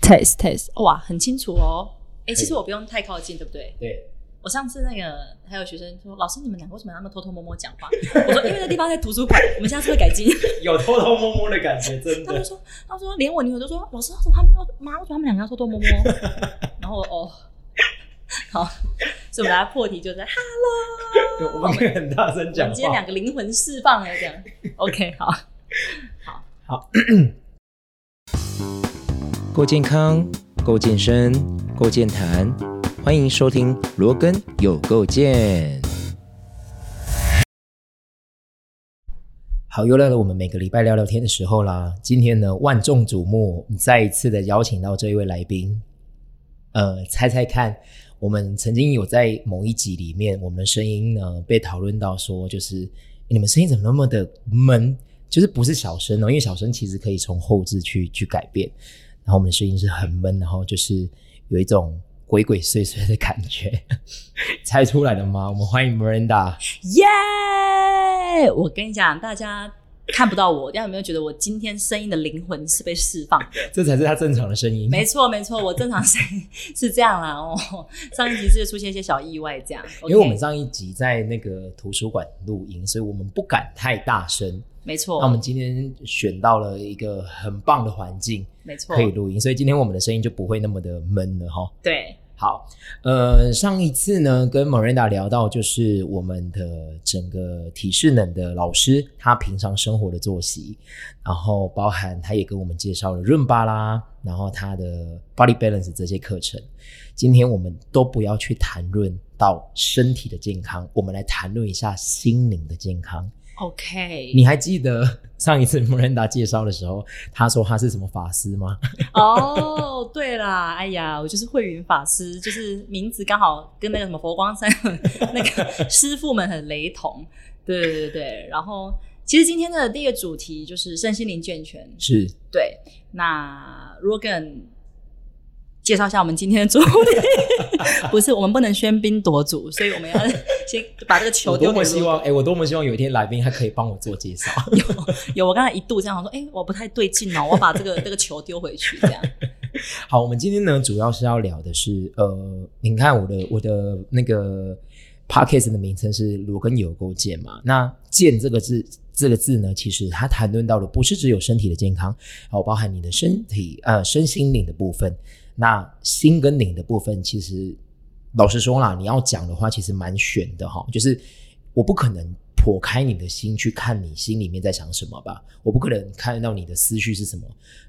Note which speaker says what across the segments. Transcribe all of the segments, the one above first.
Speaker 1: test test，哇，很清楚哦。哎、其实我不用太靠近，对不对？
Speaker 2: 对，
Speaker 1: 我上次那个还有学生说，老师你们两个为什么那么偷偷摸摸讲话？ 我说因为那地方在图书馆，我们下次会改 进。
Speaker 2: 有偷偷摸摸的感觉，真
Speaker 1: 他们
Speaker 2: 的。
Speaker 1: 说，他们说连我女儿都说，老师为什么他们要妈为什么他们两个要偷偷摸 摸？然后我哦， 好，所以我们来破题就是 hello，
Speaker 2: 对我们可以很大声
Speaker 1: 我
Speaker 2: 讲
Speaker 1: 们今天两
Speaker 2: 话。
Speaker 1: 个灵魂释放了这 样。OK，好，
Speaker 3: 够健康，够健身，够健谈，欢迎收听罗根有够健。
Speaker 2: 好，又到了我们每个礼拜聊聊天的时候啦。今天呢，万众瞩目，我们再一次的邀请到这一位来宾。呃，猜猜看，我们曾经有在某一集里面，我们的声音呢被讨论到说，就是你们声音怎么那么的闷？就是不是小声哦，因为小声其实可以从后置去去改变。然后我们的声音是很闷，然后就是有一种鬼鬼祟祟的感觉。 猜出来了吗？我们欢迎 Miranda。
Speaker 1: 耶、我跟你讲，大家。看不到我，大家有没有觉得我今天声音的灵魂是被释放的？
Speaker 2: 这才是他正常的声音。
Speaker 1: 没错，没错，我正常 声音是这样啦。哦，上一集是出现一些小意外，这样。
Speaker 2: 因为我们
Speaker 1: OK，
Speaker 2: 上一集在那个图书馆录音，所以我们不敢太大声。
Speaker 1: 没
Speaker 2: 那
Speaker 1: 错，
Speaker 2: 我们今天选到了一个很棒的环境
Speaker 1: 没错
Speaker 2: 可，以录音，所以今天我们的声音就不会那么的闷了哈。
Speaker 1: 对，
Speaker 2: 好，呃，上一次呢跟 Miranda 聊到，就是我们的整个体适能的老师，他平常生活的作息，然后包含他也给我们介绍了润巴啦，然后他的 Body Balance 这些课程。今天我们都不要去谈论到身体的健康，我们来谈论一下心灵的健康。
Speaker 1: OK，
Speaker 2: 你还记得上一次 Miranda 介绍的时候，他说他是什么法师吗？
Speaker 1: 哦，对啦，哎呀，我就是慧云法师，就是名字刚好跟那个什么佛光山 那个师傅们很雷同。对对对对，然后其实今天的第一个主题就是身心灵健全。
Speaker 2: 是
Speaker 1: 对，那 Rogan 介绍一下我们今天的主 题，不是我们不能喧宾夺主，所以我们要 先把这个球
Speaker 2: 我
Speaker 1: 丢
Speaker 2: 多
Speaker 1: 给
Speaker 2: 么希
Speaker 1: Rogan。
Speaker 2: 望，哎、我多么希望有一天来宾他可以帮我做介绍。
Speaker 1: 有，我刚才一度这样想说，哎、我不太对劲哦，我把这个 这个球丢回去，这样。
Speaker 2: 好，我们今天呢，主要是要聊的是，呃，你看我的我的那个 podcast 的名称是“罗根有勾践”嘛？那“健”这个字，这个字呢，其实它谈论到的不是只有身体的健康，还有包含你的身体呃身心灵的部分。那心跟灵的部分，其实老实说啦，你要讲的话，其实蛮悬的哈。就是我不可能剖开你的心去看你心里面在想什么吧，我不可能看到你的思绪是什么。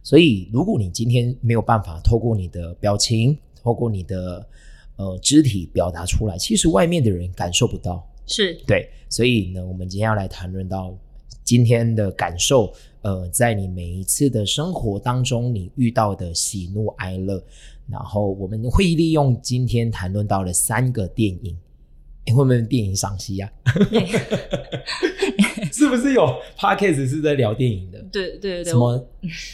Speaker 2: 所以，如果你今天没有办法透过你的表情，透过你的呃肢体表达出来，其实外面的人感受不到。
Speaker 1: 是，
Speaker 2: 对，所以呢，我们今天要来谈论到今天的感受，呃，在你每一次的生活当中，你遇到的喜怒哀乐，然后我们会利用今天谈论到的三个电影，诶会不会电影赏析啊？
Speaker 1: 对
Speaker 2: 是不是有 podcast 是在聊电影的？
Speaker 1: 对对对对，
Speaker 2: 什么？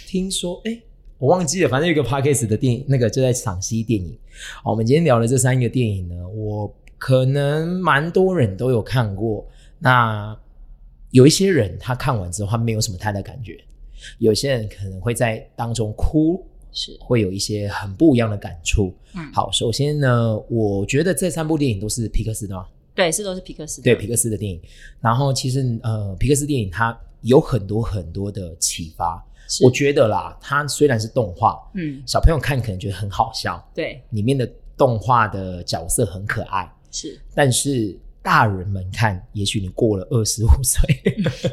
Speaker 2: 听说哎、我忘记了，反正有一个 podcast 的电影，那个就在赏析电影。好，我们今天聊的这三个电影呢，我可能蛮多人都有看过。那有一些人他看完之后，他没有什么太大感觉；有些人可能会在当中哭，
Speaker 1: 是
Speaker 2: 会有一些很不一样的感触。
Speaker 1: 嗯
Speaker 2: 好，首先呢，我觉得这三部电影都是皮克斯的嘛，
Speaker 1: 对，是都是皮克斯的
Speaker 2: 对皮克斯的电影。然后其实呃，皮克斯电影它有很多很多的启发。
Speaker 1: 是
Speaker 2: 我觉得啦，它虽然是动画，
Speaker 1: 嗯，
Speaker 2: 小朋友看可能觉得很好笑，
Speaker 1: 对，
Speaker 2: 里面的动画的角色很可爱，
Speaker 1: 是。
Speaker 2: 但是大人们看，也许你过了二十五岁，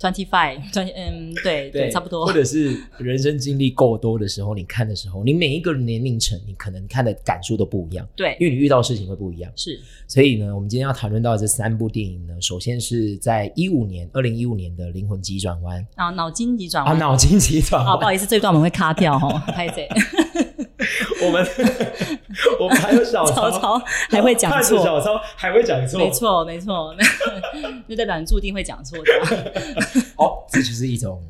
Speaker 1: Twenty five，嗯，对 对，差不多
Speaker 2: 或。者是人生经历够多的时候，你看的时候，你每一个年龄层，你可能看的感受都不一样，
Speaker 1: 对
Speaker 2: 因，为你遇到的事情会不一样。
Speaker 1: 是
Speaker 2: 所以呢，我们今天要谈论到的这三部电影呢，首先是在一五年，二零一五年的《灵魂急 转弯》
Speaker 1: 啊，脑筋急转
Speaker 2: 啊，
Speaker 1: 弯。
Speaker 2: 脑筋急 转
Speaker 1: 啊，不
Speaker 2: 弯，
Speaker 1: 好意思，这一段我们会卡掉哈，拍 谁？
Speaker 2: 我们我们还 有小
Speaker 1: 曹
Speaker 2: 超。
Speaker 1: 操还会讲
Speaker 2: 看着
Speaker 1: 错，
Speaker 2: 小抄还会讲错，
Speaker 1: 没错没错， 就代表你注定会讲错的，
Speaker 2: 哦，这就是一 种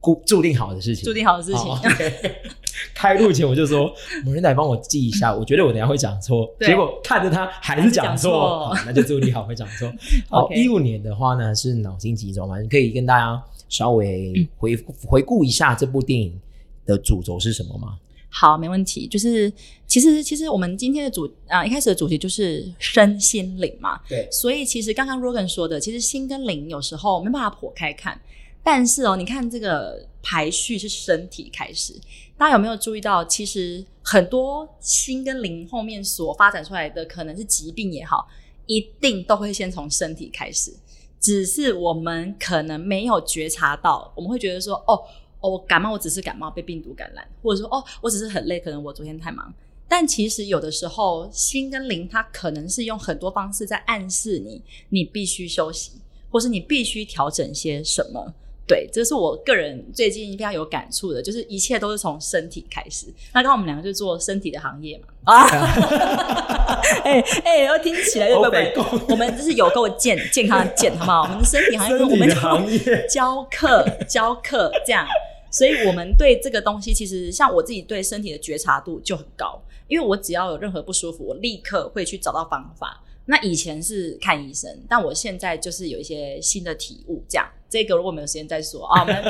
Speaker 2: 固注定好的事情，
Speaker 1: 注定好的事情
Speaker 2: 好。OK 啊 开录前我就说， 某人来帮我记一 下，我觉得我等一下会讲错，
Speaker 1: 对
Speaker 2: 结果看着他还是讲错，
Speaker 1: 还
Speaker 2: 好那就注定好会讲 错。好，
Speaker 1: OK
Speaker 2: 一五年的话呢是脑筋急转弯，可以跟大
Speaker 1: 嗯
Speaker 2: 家稍微回回顾一下这部电影的主轴是什么吗？
Speaker 1: 好，没问题。就是其实其实我们今天的主啊、一开始的主题就是身心灵嘛，
Speaker 2: 对
Speaker 1: 所以其实刚刚 Rogan 说的，其实心跟灵有时候没办法剖开看，但是哦，你看这个排序是身体开始，大家有没有注意到？其实很多心跟灵后面所发展出来的，可能是疾病也好，一定都会先从身体开始。只是我们可能没有觉察到，我们会觉得说，哦，哦，我感冒，我只是感冒被病毒感染，或者说，哦，我只是很累，可能我昨天太忙。但其实有的时候，心跟灵它可能是用很多方式在暗示你，你必须休息，或是你必须调整些什么。对，这是我个人最近非常有感触的，就是一切都是从身体开始。那刚刚我们两个就做身体的行业嘛， 啊，哎哎，然后听起来就怪怪的
Speaker 2: 欧北共
Speaker 1: 我们这是有够健健康的健，好不好？我们的身体行业，我们就
Speaker 2: 业
Speaker 1: 教课教课这样，所以我们对这个东西，其实像我自己对身体的觉察度就很高，因为我只要有任何不舒服，我立刻会去找到方法。那以前是看医生，但我现在就是有一些新的体悟，这样。这个如果我们有时间再说啊，我们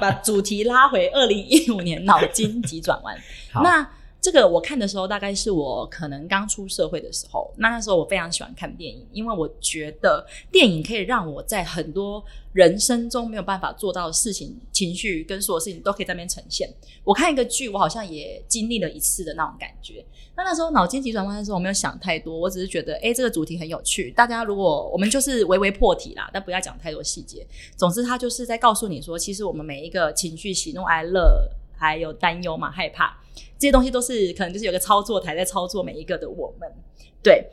Speaker 1: 把主题拉回二零一五年脑筋急转弯。
Speaker 2: 好
Speaker 1: 那这个我看的时候，大概是我可能刚出社会的时候。那那时候我非常喜欢看电影，因为我觉得电影可以让我在很多人生中没有办法做到的事情、情绪跟所有事情都可以在那边呈现。我看一个剧，我好像也经历了一次的那种感觉。那那时候脑筋急转弯的时候，我没有想太多，我只是觉得，哎、这个主题很有趣。大家如果我们就是微微破题啦，但不要讲太多细节。总之，他就是在告诉你说，其实我们每一个情绪，喜怒哀乐，还有担忧嘛、害怕，这些东西都是可能就是有个操作台在操作每一个的我们。对，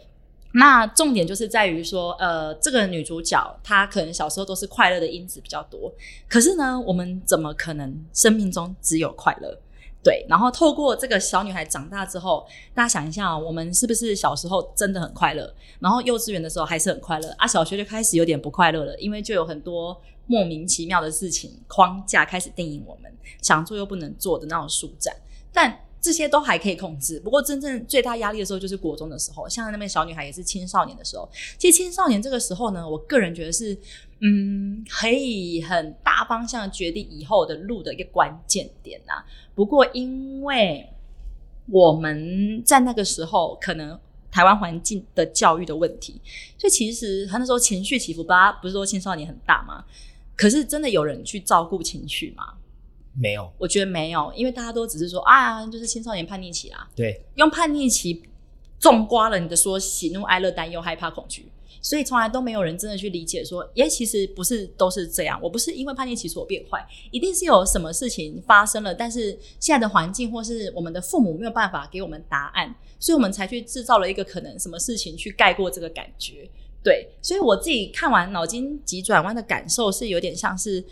Speaker 1: 那重点就是在于说，呃，这个女主角她可能小时候都是快乐的因子比较多，可是呢，我们怎么可能生命中只有快乐？对，然后透过这个小女孩长大之后，大家想一下、哦，我们是不是小时候真的很快乐？然后幼稚园的时候还是很快乐啊，小学就开始有点不快乐了，因为就有很多莫名其妙的事情框架开始定义我们想做又不能做的那种舒展。但这些都还可以控制。不过真正最大压力的时候就是国中的时候，像那边小女孩也是青少年的时候。其实青少年这个时候呢，我个人觉得是，嗯，可以很大方向决定以后的路的一个关键点呐、不过因为我们在那个时候可能。台湾环境的教育的问题，所以其实他那时候情绪起伏吧，不是说青少年很大吗？可是真的有人去照顾情绪吗？
Speaker 2: 没有
Speaker 1: 我觉得没有，因为大家都只是说啊，就是青少年叛逆期啦，
Speaker 2: 对
Speaker 1: 用叛逆期种瓜了你的说喜怒哀乐、担忧、害怕、恐惧，所以从来都没有人真的去理解说，耶，其实不是都是这样，我不是因为叛逆期所变坏，一定是有什么事情发生了，但是现在的环境或是我们的父母没有办法给我们答案，所以我们才去制造了一个可能什么事情去盖过这个感觉。对，所以我自己看完《脑筋急转弯》的感受是有点像是，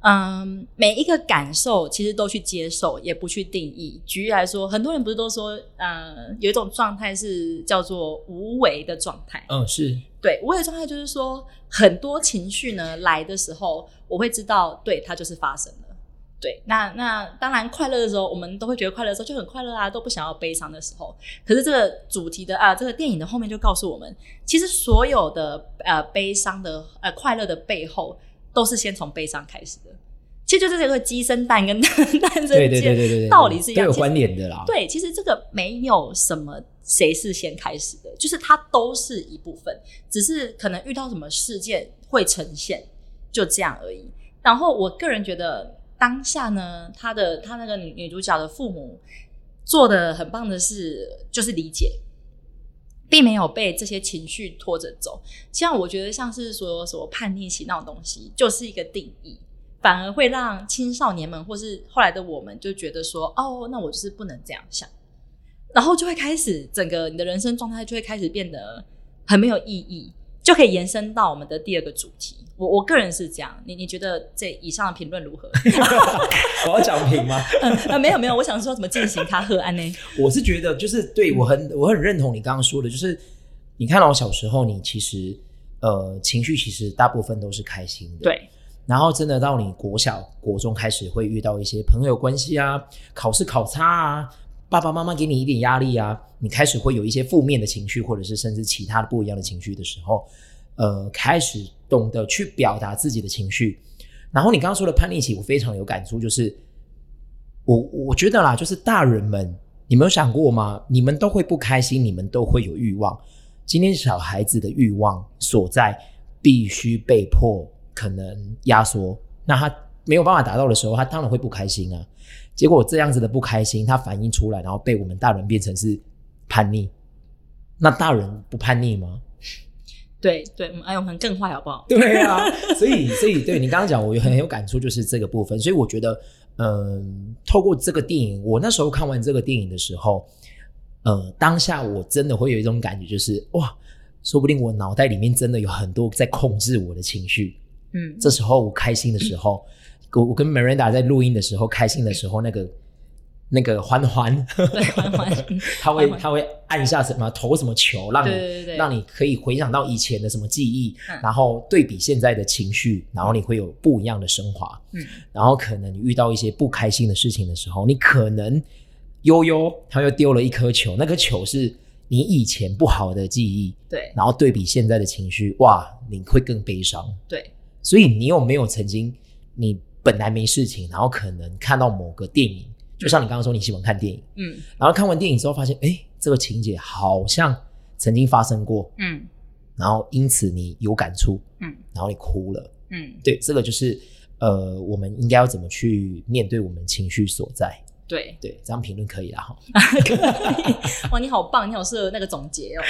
Speaker 1: 嗯，每一个感受其实都去接受，也不去定义。举例来说，很多人不是都说，呃，有一种状态是叫做无为的状态。
Speaker 2: 嗯是
Speaker 1: 对，无为的状态就是说，很多情绪呢来的时候，我会知道，对，它就是发生了。对，那那当然，快乐的时候，我们都会觉得快乐的时候就很快乐啊，都不想要悲伤的时候。可是这个主题的啊，这个电影的后面就告诉我们，其实所有的呃悲伤的呃快乐的背后，都是先从悲伤开始的。其实就是这个鸡生蛋跟蛋蛋生鸡，
Speaker 2: 对对对对对对，
Speaker 1: 道理是一
Speaker 2: 都
Speaker 1: 样，
Speaker 2: 有
Speaker 1: 其实
Speaker 2: 关联的啦。
Speaker 1: 对，其实这个没有什么谁是先开始的，就是它都是一部分，只是可能遇到什么事件会呈现，就这样而已。然后我个人觉得当下呢，她的她那个女女主角的父母做的很棒的是，就是理解。并没有被这些情绪拖着走，像我觉得像是说什么叛逆期那种东西，就是一个定义，反而会让青少年们或是后来的我们就觉得说，哦，那我就是不能这样想，然后就会开始整个你的人生状态就会开始变得很没有意义，就可以延伸到我们的第二个主题。我我个人是这样，你你觉得这以上的评论如何？
Speaker 2: 我要讲评吗？
Speaker 1: 呃呃，没有没有，我想说怎么进行他赫安呢？
Speaker 2: 我是觉得就是对我很我很认同你刚刚说的，就是你看到我小时候，你其实呃情绪其实大部分都是开心的，。
Speaker 1: 对
Speaker 2: 然后真的到你国小、国中开始会遇到一些朋友关系啊、考试考差啊、爸爸妈妈给你一点压力啊，你开始会有一些负面的情绪，或者是甚至其他的不一样的情绪的时候，呃，开始懂得去表达自己的情绪。然后你刚刚说的叛逆期，我非常有感触，就是我我觉得啦，就是大人们，你们有想过吗？你们都会不开心，你们都会有欲望。今天小孩子的欲望所在，必须被迫可能压缩，那他没有办法达到的时候，他当然会不开心啊。结果这样子的不开心，他反映出来，然后被我们大人变成是叛逆。那大人不叛逆吗？
Speaker 1: 对对，嗯哎，我们更坏好不好？
Speaker 2: 对啊，所以所以对你刚刚讲，我有很有感触，就是这个部分。所以我觉得，嗯，透过这个电影，我那时候看完这个电影的时候，呃，当下我真的会有一种感觉，就是哇，说不定我脑袋里面真的有很多在控制我的情绪。
Speaker 1: 嗯，
Speaker 2: 这时候我开心的时候，我我跟 Miranda 在录音的时候，开心的时候，那个那个欢欢，
Speaker 1: 对欢欢
Speaker 2: 他会
Speaker 1: 欢欢
Speaker 2: 他会按下什么投什么球，让你
Speaker 1: 对对嗯对
Speaker 2: 让你可以回想到以前的什么记忆，
Speaker 1: 嗯
Speaker 2: 然后对比现在的情绪，然后你会有不一样的升华。
Speaker 1: 嗯
Speaker 2: 然后可能你遇到一些不开心的事情的时候，你可能悠悠他又丢了一颗球，那颗球是你以前不好的记忆，
Speaker 1: 对
Speaker 2: 然后对比现在的情绪，哇，你会更悲伤。
Speaker 1: 对，
Speaker 2: 所以你有没有曾经你本来没事情，然后可能看到某个电影，就像你刚刚说你喜欢看电影，
Speaker 1: 嗯
Speaker 2: 然后看完电影之后发现，哎，这个情节好像曾经发生过，
Speaker 1: 嗯
Speaker 2: 然后因此你有感触，
Speaker 1: 嗯
Speaker 2: 然后你哭了。
Speaker 1: 嗯，
Speaker 2: 对，这个就是呃，我们应该要怎么去面对我们情绪所在。
Speaker 1: 对，
Speaker 2: 对，这样评论可以啦哈。
Speaker 1: 哇，你好棒，你好适合那个总结哦。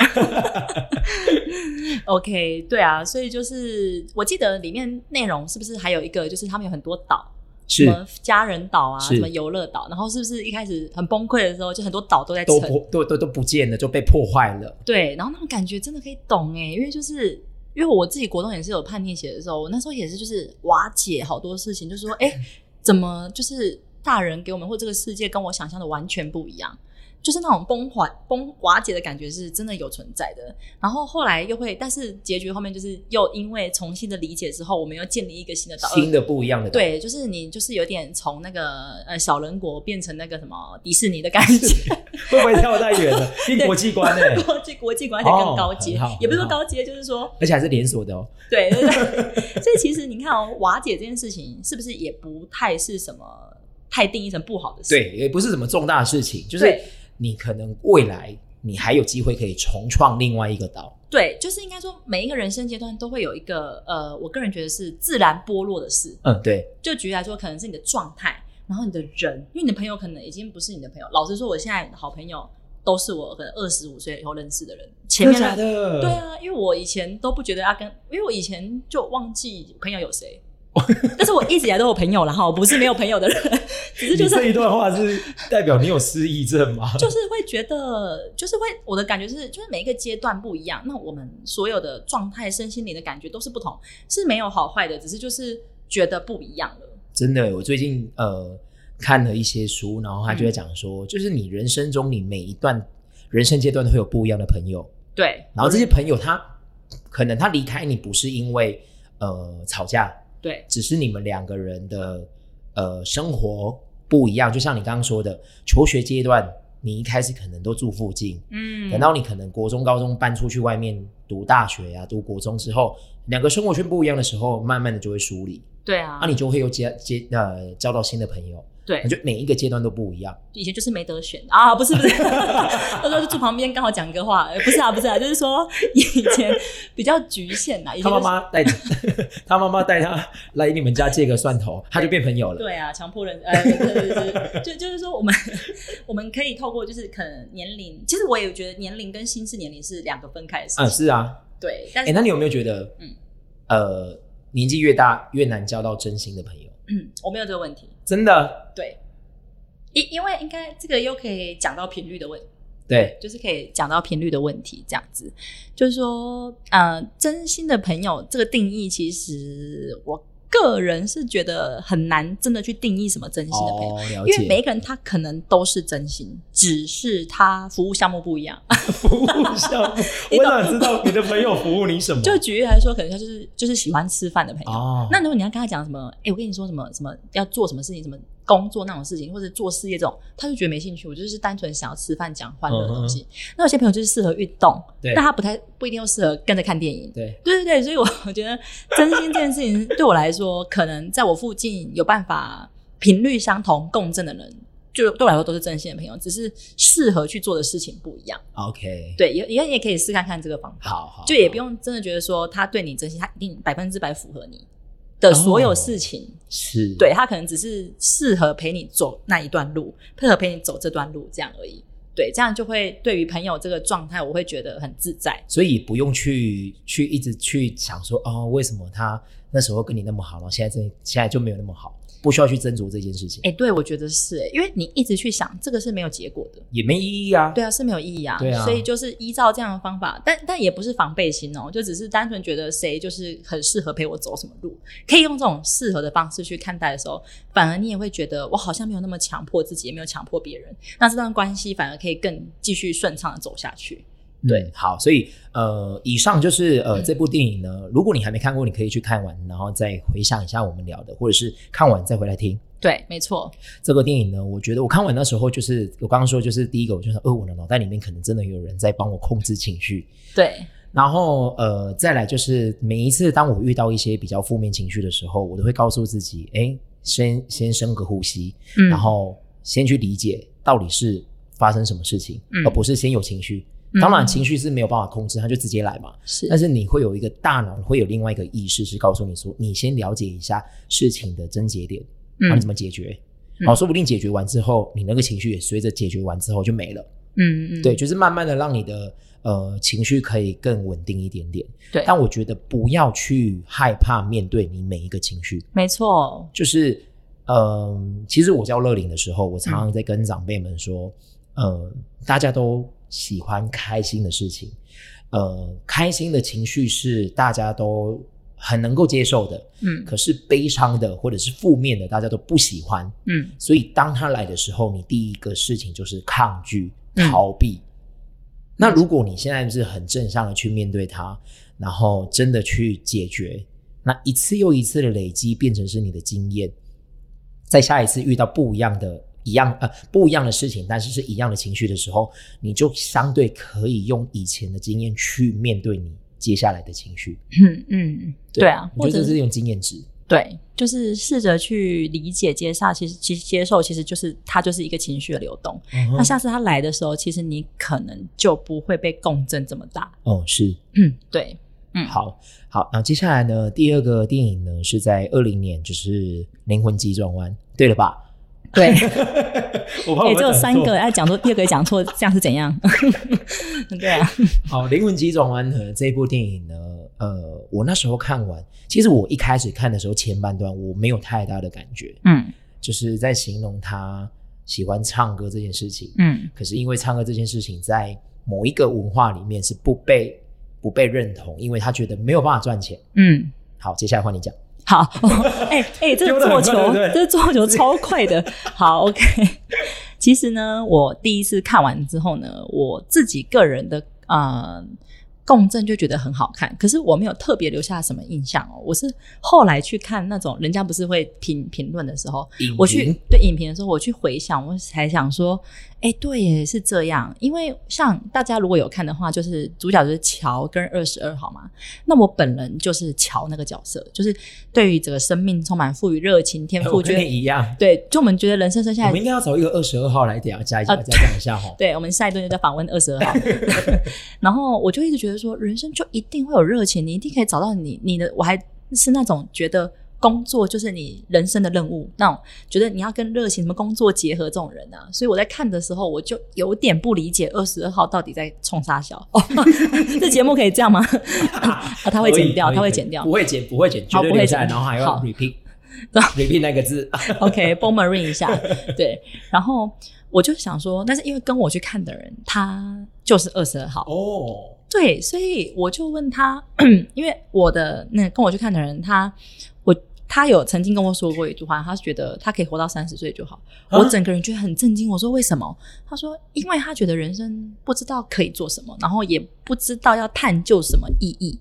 Speaker 1: OK，对 啊，所以就是我记得里面内容是不是还有一个，就是他们有很多岛，什
Speaker 2: 是
Speaker 1: 么家人岛啊，
Speaker 2: 是
Speaker 1: 什么游乐岛，然后是不是一开始很崩溃的时候，就很多岛都在
Speaker 2: 都
Speaker 1: 沉哦
Speaker 2: 破都都都不见了，就被破坏了。
Speaker 1: 对，然后那种感觉真的可以懂哎，因为就是因为我自己国中也是有叛逆期的时候，我那时候也是就是瓦解好多事情，就是说哎，诶怎么就是大人给我们或这个世界跟我想象的完全不一样，就是那种崩坏崩瓦解的感觉是真的有存在的。然后后来又会，但是结局后面就是又因为重新的理解之后，我们又建立一个新的岛，
Speaker 2: 新的不一样的，，
Speaker 1: 对，就是你就是有点从那个呃小人国变成那个什么迪士尼的感觉。
Speaker 2: 会不会跳太远 了？变国际观欸呢、
Speaker 1: 国际国际观而且更高阶，
Speaker 2: 哦很好
Speaker 1: 也不是说高阶，就是说
Speaker 2: 而且还是连锁的哦。
Speaker 1: 对对对。 所以其实你看哦，瓦解这件事情是不是也不太是什么太定义成不好的事？
Speaker 2: 对，也不是什么重大的事情，就是
Speaker 1: 对
Speaker 2: 你可能未来你还有机会可以重创另外一个岛。
Speaker 1: 对，就是应该说每一个人生阶段都会有一个呃，我个人觉得是自然剥落的事。
Speaker 2: 嗯，对，
Speaker 1: 就举例来说，可能是你的状态，然后你的人，因为你的朋友可能已经不是你的朋友。老实说，我现在的好朋友都是我可能二十五岁以后认识的人，前面
Speaker 2: 真的假
Speaker 1: 的
Speaker 2: 的？
Speaker 1: 对啊，因为我以前都不觉得要啊跟，因为我以前就忘记朋友有谁，但是我一直以来都有朋友啦哈，我不是没有朋友的人，只是
Speaker 2: 你
Speaker 1: 就是
Speaker 2: 这一段话是代表你有失忆症吗？
Speaker 1: 就是会觉得，就是会我的感觉是，就是每一个阶段不一样，那我们所有的状态、身心灵的感觉都是不同，是没有好坏的，只是就是觉得不一样了。
Speaker 2: 真的，我最近呃看了一些书，然后他就在讲说，就是你人生中你每一段人生阶段都会有不一样的朋友，
Speaker 1: 对
Speaker 2: 然后这些朋友他可能他离开你不是因为呃吵架，
Speaker 1: 对
Speaker 2: 只是你们两个人的呃生活不一样，就像你刚刚说的，求学阶段你一开始可能都住附近，
Speaker 1: 嗯，
Speaker 2: 等到你可能国中、高中搬出去外面读大学呀、读国中之后，两个生活圈不一样的时候，慢慢的就会疏离。
Speaker 1: 对啊，
Speaker 2: 啊，你就会有结结呃交到新的朋友，
Speaker 1: 对
Speaker 2: 就每一个阶段都不一样。
Speaker 1: 以前就是没得选啊，不是不是，他说就住旁边刚好讲个话，呃不是啊不是啊，就是说以前比较局限啊啦，以前、
Speaker 2: 他
Speaker 1: 哎就是、
Speaker 2: 妈妈带 他妈妈带他来你们家借个蒜头，他就变朋友了。
Speaker 1: 对啊，强迫人呃，对对对对，就就是说我们我们可以透过就是可能年龄，其实我也觉得年龄跟心智年龄是两个分开的事情，
Speaker 2: 嗯，是啊。
Speaker 1: 对，但
Speaker 2: 哎、
Speaker 1: 是、
Speaker 2: 那你有没有觉得，
Speaker 1: 嗯
Speaker 2: 呃，年纪越大越难交到真心的朋友？
Speaker 1: 嗯，我没有这个问题，
Speaker 2: 真的，
Speaker 1: 对，因因为应该这个又可以讲到频率的问题。
Speaker 2: 对，
Speaker 1: 就是可以讲到频率的问题，这样子，就是说，呃，真心的朋友这个定义，其实我个人是觉得很难真的去定义什么真心的朋友。
Speaker 2: 哦，了
Speaker 1: 因为每一
Speaker 2: 解。
Speaker 1: 个人他可能都是真心，只是他服务项目不一样。
Speaker 2: 哦服务项 目，
Speaker 1: 你
Speaker 2: 我
Speaker 1: 懂
Speaker 2: 想知道你的朋友服务你什 么？
Speaker 1: 就举例来说，可能他就是就是喜欢吃饭的朋友。
Speaker 2: 哦，
Speaker 1: 那如果你要跟他讲什么，哎、我跟你说什么什么要做什么事情，什么工作那种事情，或者做事业这种，他就觉得没兴趣。我就是单纯想要吃饭、讲欢乐的东西。那有些朋友就是适合运动，
Speaker 2: 对
Speaker 1: 但他不太不一定又适合跟着看电影。
Speaker 2: 对，
Speaker 1: 对对对，所以我我觉得真心这件事情对我来说，可能在我附近有办法频率相同、共振的人，就对我来说都是正线的朋友，只是适合去做的事情不一样。
Speaker 2: OK，
Speaker 1: 对，也也也可以试看看这个方法，
Speaker 2: 好好，
Speaker 1: 就也不用真的觉得说他对你真心，他一定百分之百符合你的所有事情。
Speaker 2: 是，
Speaker 1: 对他可能只是适合陪你走那一段路，配合陪你走这段路这样而已。对，这样就会对于朋友这个状态，我会觉得很自在。
Speaker 2: 所以不用去去一直去想说哦，为什么他那时候跟你那么好，然后现在真现在就没有那么好，不需要去斟酌这件事情，
Speaker 1: 哎、对，我觉得是、哎，因为你一直去想这个是没有结果的。
Speaker 2: 也没意义啊。
Speaker 1: 对啊，是没有意义啊。
Speaker 2: 对啊
Speaker 1: 所以就是依照这样的方法，但但也不是防备心哦，就只是单纯觉得谁就是很适合陪我走什么路，可以用这种适合的方式去看待的时候，反而你也会觉得我好像没有那么强迫自己，也没有强迫别人，那这段关系反而可以更继续顺畅的走下去。
Speaker 2: 对，好，所以呃，以上就是呃
Speaker 1: 嗯
Speaker 2: 这部电影呢，如果你还没看过，你可以去看完，然后再回想一下我们聊的，或者是看完再回来听。
Speaker 1: 对，没错，
Speaker 2: 这个电影呢，我觉得我看完那时候，就是我刚刚说，就是第一个，我就想，呃，我的脑袋里面可能真的有人在帮我控制情绪，
Speaker 1: 对，
Speaker 2: 然后呃，再来就是每一次当我遇到一些比较负面情绪的时候，我都会告诉自己，哎，先先深个呼吸，
Speaker 1: 嗯
Speaker 2: 然后先去理解到底是发生什么事情，
Speaker 1: 嗯
Speaker 2: 而不是先有情绪。
Speaker 1: 嗯
Speaker 2: 当然，情绪是没有办法控制，它就直接来嘛。
Speaker 1: 是
Speaker 2: 但是你会有一个大脑会有另外一个意识，是告诉你说，你先了解一下事情的症结点，然后你怎么解决。
Speaker 1: 嗯
Speaker 2: 好，说不定解决完之后，你那个情绪也随着解决完之后就没了。
Speaker 1: 嗯嗯，
Speaker 2: 对，就是慢慢的让你的呃情绪可以更稳定一点点。
Speaker 1: 对，
Speaker 2: 但我觉得不要去害怕面对你每一个情绪，
Speaker 1: 没错，哦
Speaker 2: 就是嗯、呃其实我教乐龄的时候，我
Speaker 1: 嗯
Speaker 2: 常常在跟长辈们说，呃，大家都喜欢开心的事情，呃，开心的情绪是大家都很能够接受的，
Speaker 1: 嗯
Speaker 2: 可是悲伤的或者是负面的，大家都不喜欢。
Speaker 1: 嗯，
Speaker 2: 所以当他来的时候，你第一个事情就是抗拒、
Speaker 1: 嗯
Speaker 2: 逃避。那如果你现在是很正向的去面对它，然后真的去解决，那一次又一次的累积变成是你的经验，在下一次遇到不一样的、一样呃不一样的事情，但是是一样的情绪的时候，你就相对可以用以前的经验去面对你接下来的情绪。
Speaker 1: 嗯嗯，对啊，
Speaker 2: 我
Speaker 1: 或
Speaker 2: 觉得
Speaker 1: 者
Speaker 2: 这是用经验值。
Speaker 1: 对，就是试着去理解、接受，其实其实接受，其实就是它就是一个情绪的流动。那下次他来的时候，其实你可能就不会被共振这么大。
Speaker 2: 哦，是。
Speaker 1: 嗯，对，
Speaker 2: 好好，那接下来呢，第二个电影呢是在二零年，就是《灵魂急转弯》，对了吧？
Speaker 1: 对，
Speaker 2: 我怕
Speaker 1: 也哎只有三个，啊 要讲错，第二个也讲错，这样是怎样？对啊，
Speaker 2: 好，《灵魂急转弯》呢这部电影呢，呃，我那时候看完，其实我一开始看的时候前半段我没有太大的感觉，
Speaker 1: 嗯
Speaker 2: 就是在形容他喜欢唱歌这件事情。
Speaker 1: 嗯
Speaker 2: 可是因为唱歌这件事情在某一个文化里面是不被不被认同，因为他觉得没有办法赚钱。
Speaker 1: 嗯，
Speaker 2: 好，接下来换你讲。
Speaker 1: 好， 哎、哎、这
Speaker 2: 丢
Speaker 1: 个
Speaker 2: 得很
Speaker 1: 做
Speaker 2: 快
Speaker 1: 球，
Speaker 2: 对不对
Speaker 1: 这做球超快的。好，OK。其实呢，我第一次看完之后呢，我自己个人的呃共振就觉得很好看，可是我没有特别留下什么印象哦。我是后来去看那种人家不是会评评论的时候，我去
Speaker 2: 影
Speaker 1: 对影评的时候，我去回想，我才想说，哎，对耶，是这样。因为像大家如果有看的话，就是主角就是乔跟二十二，好吗？那我本人就是乔那个角色，就是对于整个生命充满赋予热情、天
Speaker 2: 评
Speaker 1: 赋，
Speaker 2: 哎我
Speaker 1: 觉
Speaker 2: 跟你
Speaker 1: 得
Speaker 2: 一样。
Speaker 1: 对，就我们觉得人生剩下
Speaker 2: 我
Speaker 1: 来
Speaker 2: 们应该要找一个二十二号来讲加一加
Speaker 1: 啊
Speaker 2: 加讲一下哈。
Speaker 1: 对，我们下一顿就在访问二十二 号。 然后我就一直觉得说，人生就一定会有热情，你一定可以找到你你的。我还是那种觉得工作就是你人生的任务，那种觉得你要跟热情什么工作结合这种人啊。所以我在看的时候，我就有点不理解二十二号到底在冲啥小。 哦，这节目可以这样吗？啊， 他会剪掉，
Speaker 2: 可以
Speaker 1: 他会
Speaker 2: 可以
Speaker 1: 剪掉
Speaker 2: 不。会剪，不会剪，绝
Speaker 1: 好
Speaker 2: 对
Speaker 1: 不会
Speaker 2: 留下来，
Speaker 1: 剪
Speaker 2: 然后还要
Speaker 1: 好
Speaker 2: repeat repeat 那个字。
Speaker 1: OK，b o m e r i n 一下，对。然后我就想说，但是因为跟我去看的人，他就是二十二号。
Speaker 2: 哦，
Speaker 1: 对，所以我就问他， 因为我的那跟我去看的人，他我他有曾经跟我说过一句话，他觉得他可以活到三十岁就好。
Speaker 2: 啊
Speaker 1: 我整个人觉得很震惊，我说为什么？他说，因为他觉得人生不知道可以做什么，然后也不知道要探究什么意义。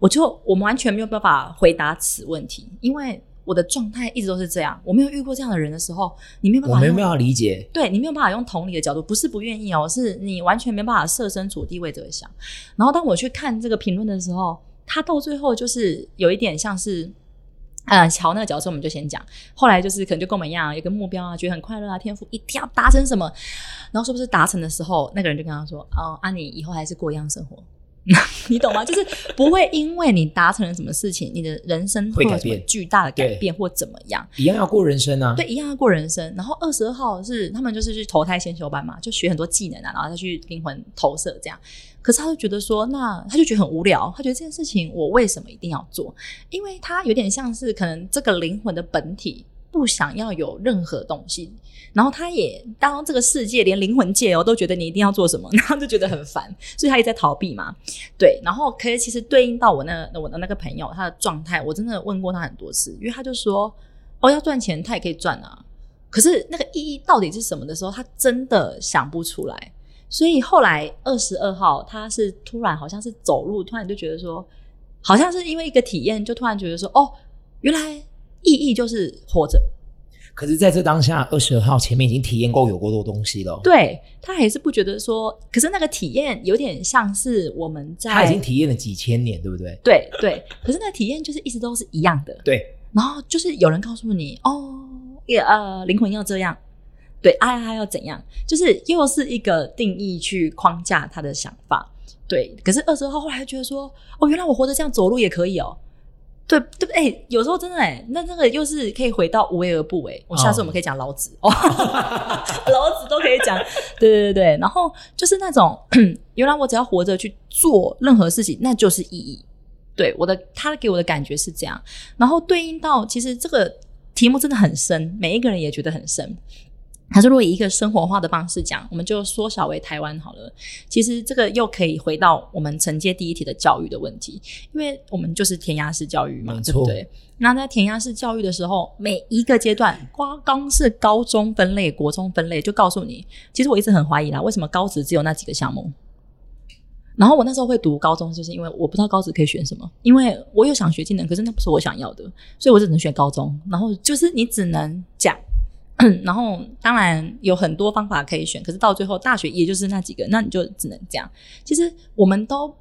Speaker 1: 我就我们完全没有办法回答此问题，因为我的状态一直都是这样，我没有遇过这样的人的时候，你没有办
Speaker 2: 我
Speaker 1: 法
Speaker 2: 们有
Speaker 1: 用
Speaker 2: 没有要理解？
Speaker 1: 对你没有办法用同理的角度，不是不愿意哦，是你完全没办法设身处地为这个想。然后当我去看这个评论的时候，他到最后就是有一点像是呃，瞧那个角色我们就先讲，后来就是可能就跟我们一样，有个目标啊，觉得很快乐啊，天赋一定要达成什么，然后是不是达成的时候，那个人就跟他说，哦，啊，你以后还是过一样生活， 你懂吗？就是不会因为你达成了什么事情，你的人生
Speaker 2: 会
Speaker 1: 会有
Speaker 2: 改
Speaker 1: 什么
Speaker 2: 变
Speaker 1: 巨大的改
Speaker 2: 对
Speaker 1: 变或怎么样。
Speaker 2: 一样要过人生啊。
Speaker 1: 对，一样要过人生。然后二十二号是他们就是去投胎先修班嘛，就学很多技能啊，然后再去灵魂投射这样。可是他就觉得说，那他就觉得很无聊，他觉得这件事情我为什么一定要做？因为他有点像是可能这个灵魂的本体不想要有任何东西，然后他也当这个世界连灵魂界哦都觉得你一定要做什么， 然后就觉得很烦，所以他也在逃避嘛。对，然后可是其实对应到我那我的那个朋友他的状态，我真的问过他很多次，因为他就说哦要赚钱他也可以赚啊，可是那个意义到底是什么的时候，他真的想不出来。所以后来二十二号他是突然好像是走路，突然就觉得说，好像是因为一个体验，就突然觉得说哦，原来意义就是活着。
Speaker 2: 可是在这当下，二十二号前面已经体验过有过多东西了，
Speaker 1: 对他还是不觉得说，可是那个体验有点像是我们在
Speaker 2: 他已经体验了几千年，对不对？
Speaker 1: 对对，可是那个体验就是一直都是一样的。
Speaker 2: 对，
Speaker 1: 然后就是有人告诉你，哦，也呃，灵魂要这样，对，爱、啊、要怎样，就是又是一个定义去框架他的想法。对，可是二十号后来觉得说，哦，原来我活着这样走路也可以哦。对对不？哎、有时候真的哎、那这个又是可以回到无为而不为。我下次我们可以讲老子哦， 老子都可以讲。对对对对，然后就是那种，原来我只要活着去做任何事情，那就是意义。对我的，他给我的感觉是这样。然后对应到其实这个题目真的很深，每一个人也觉得很深。他说，如果以一个生活化的方式讲，我们就缩小为台湾好了。其实这个又可以回到我们承接第一题的教育的问题，因为我们就是填鸭式教育嘛
Speaker 2: 没，
Speaker 1: 对不
Speaker 2: 错
Speaker 1: 对？那在填鸭式教育的时候，每一个阶段，光光是高中分类、国中分类，就告诉你，其实我一直很怀疑啦，为什么高职只有那几个项目？然后我那时候会读高中，就是因为我不知道高职可以选什么，因为我有想学技能，可是那不是我想要的，所以我只能选高中。然后就是你只能讲，然后当然有很多方法可以选，可是到最后大学也就是那几个，那你就只能这样。其实我们都，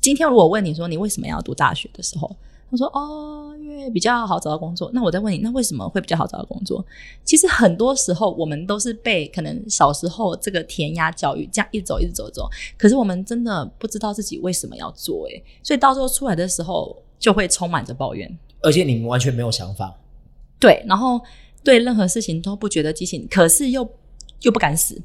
Speaker 1: 今天如果问你说你为什么要读大学的时候，他说哦，因为比较好找到工作。那我再问你，那为什么会比较好找到工作？其实很多时候我们都是被可能小时候这个填鸭教育这样一直走一直走一直走，可是我们真的不知道自己为什么要做、欸，所以到最后出来的时候就会充满着抱怨，
Speaker 2: 而且你们完全没有想法，
Speaker 1: 对，然后对任何事情都不觉得激情，可是又又不敢死。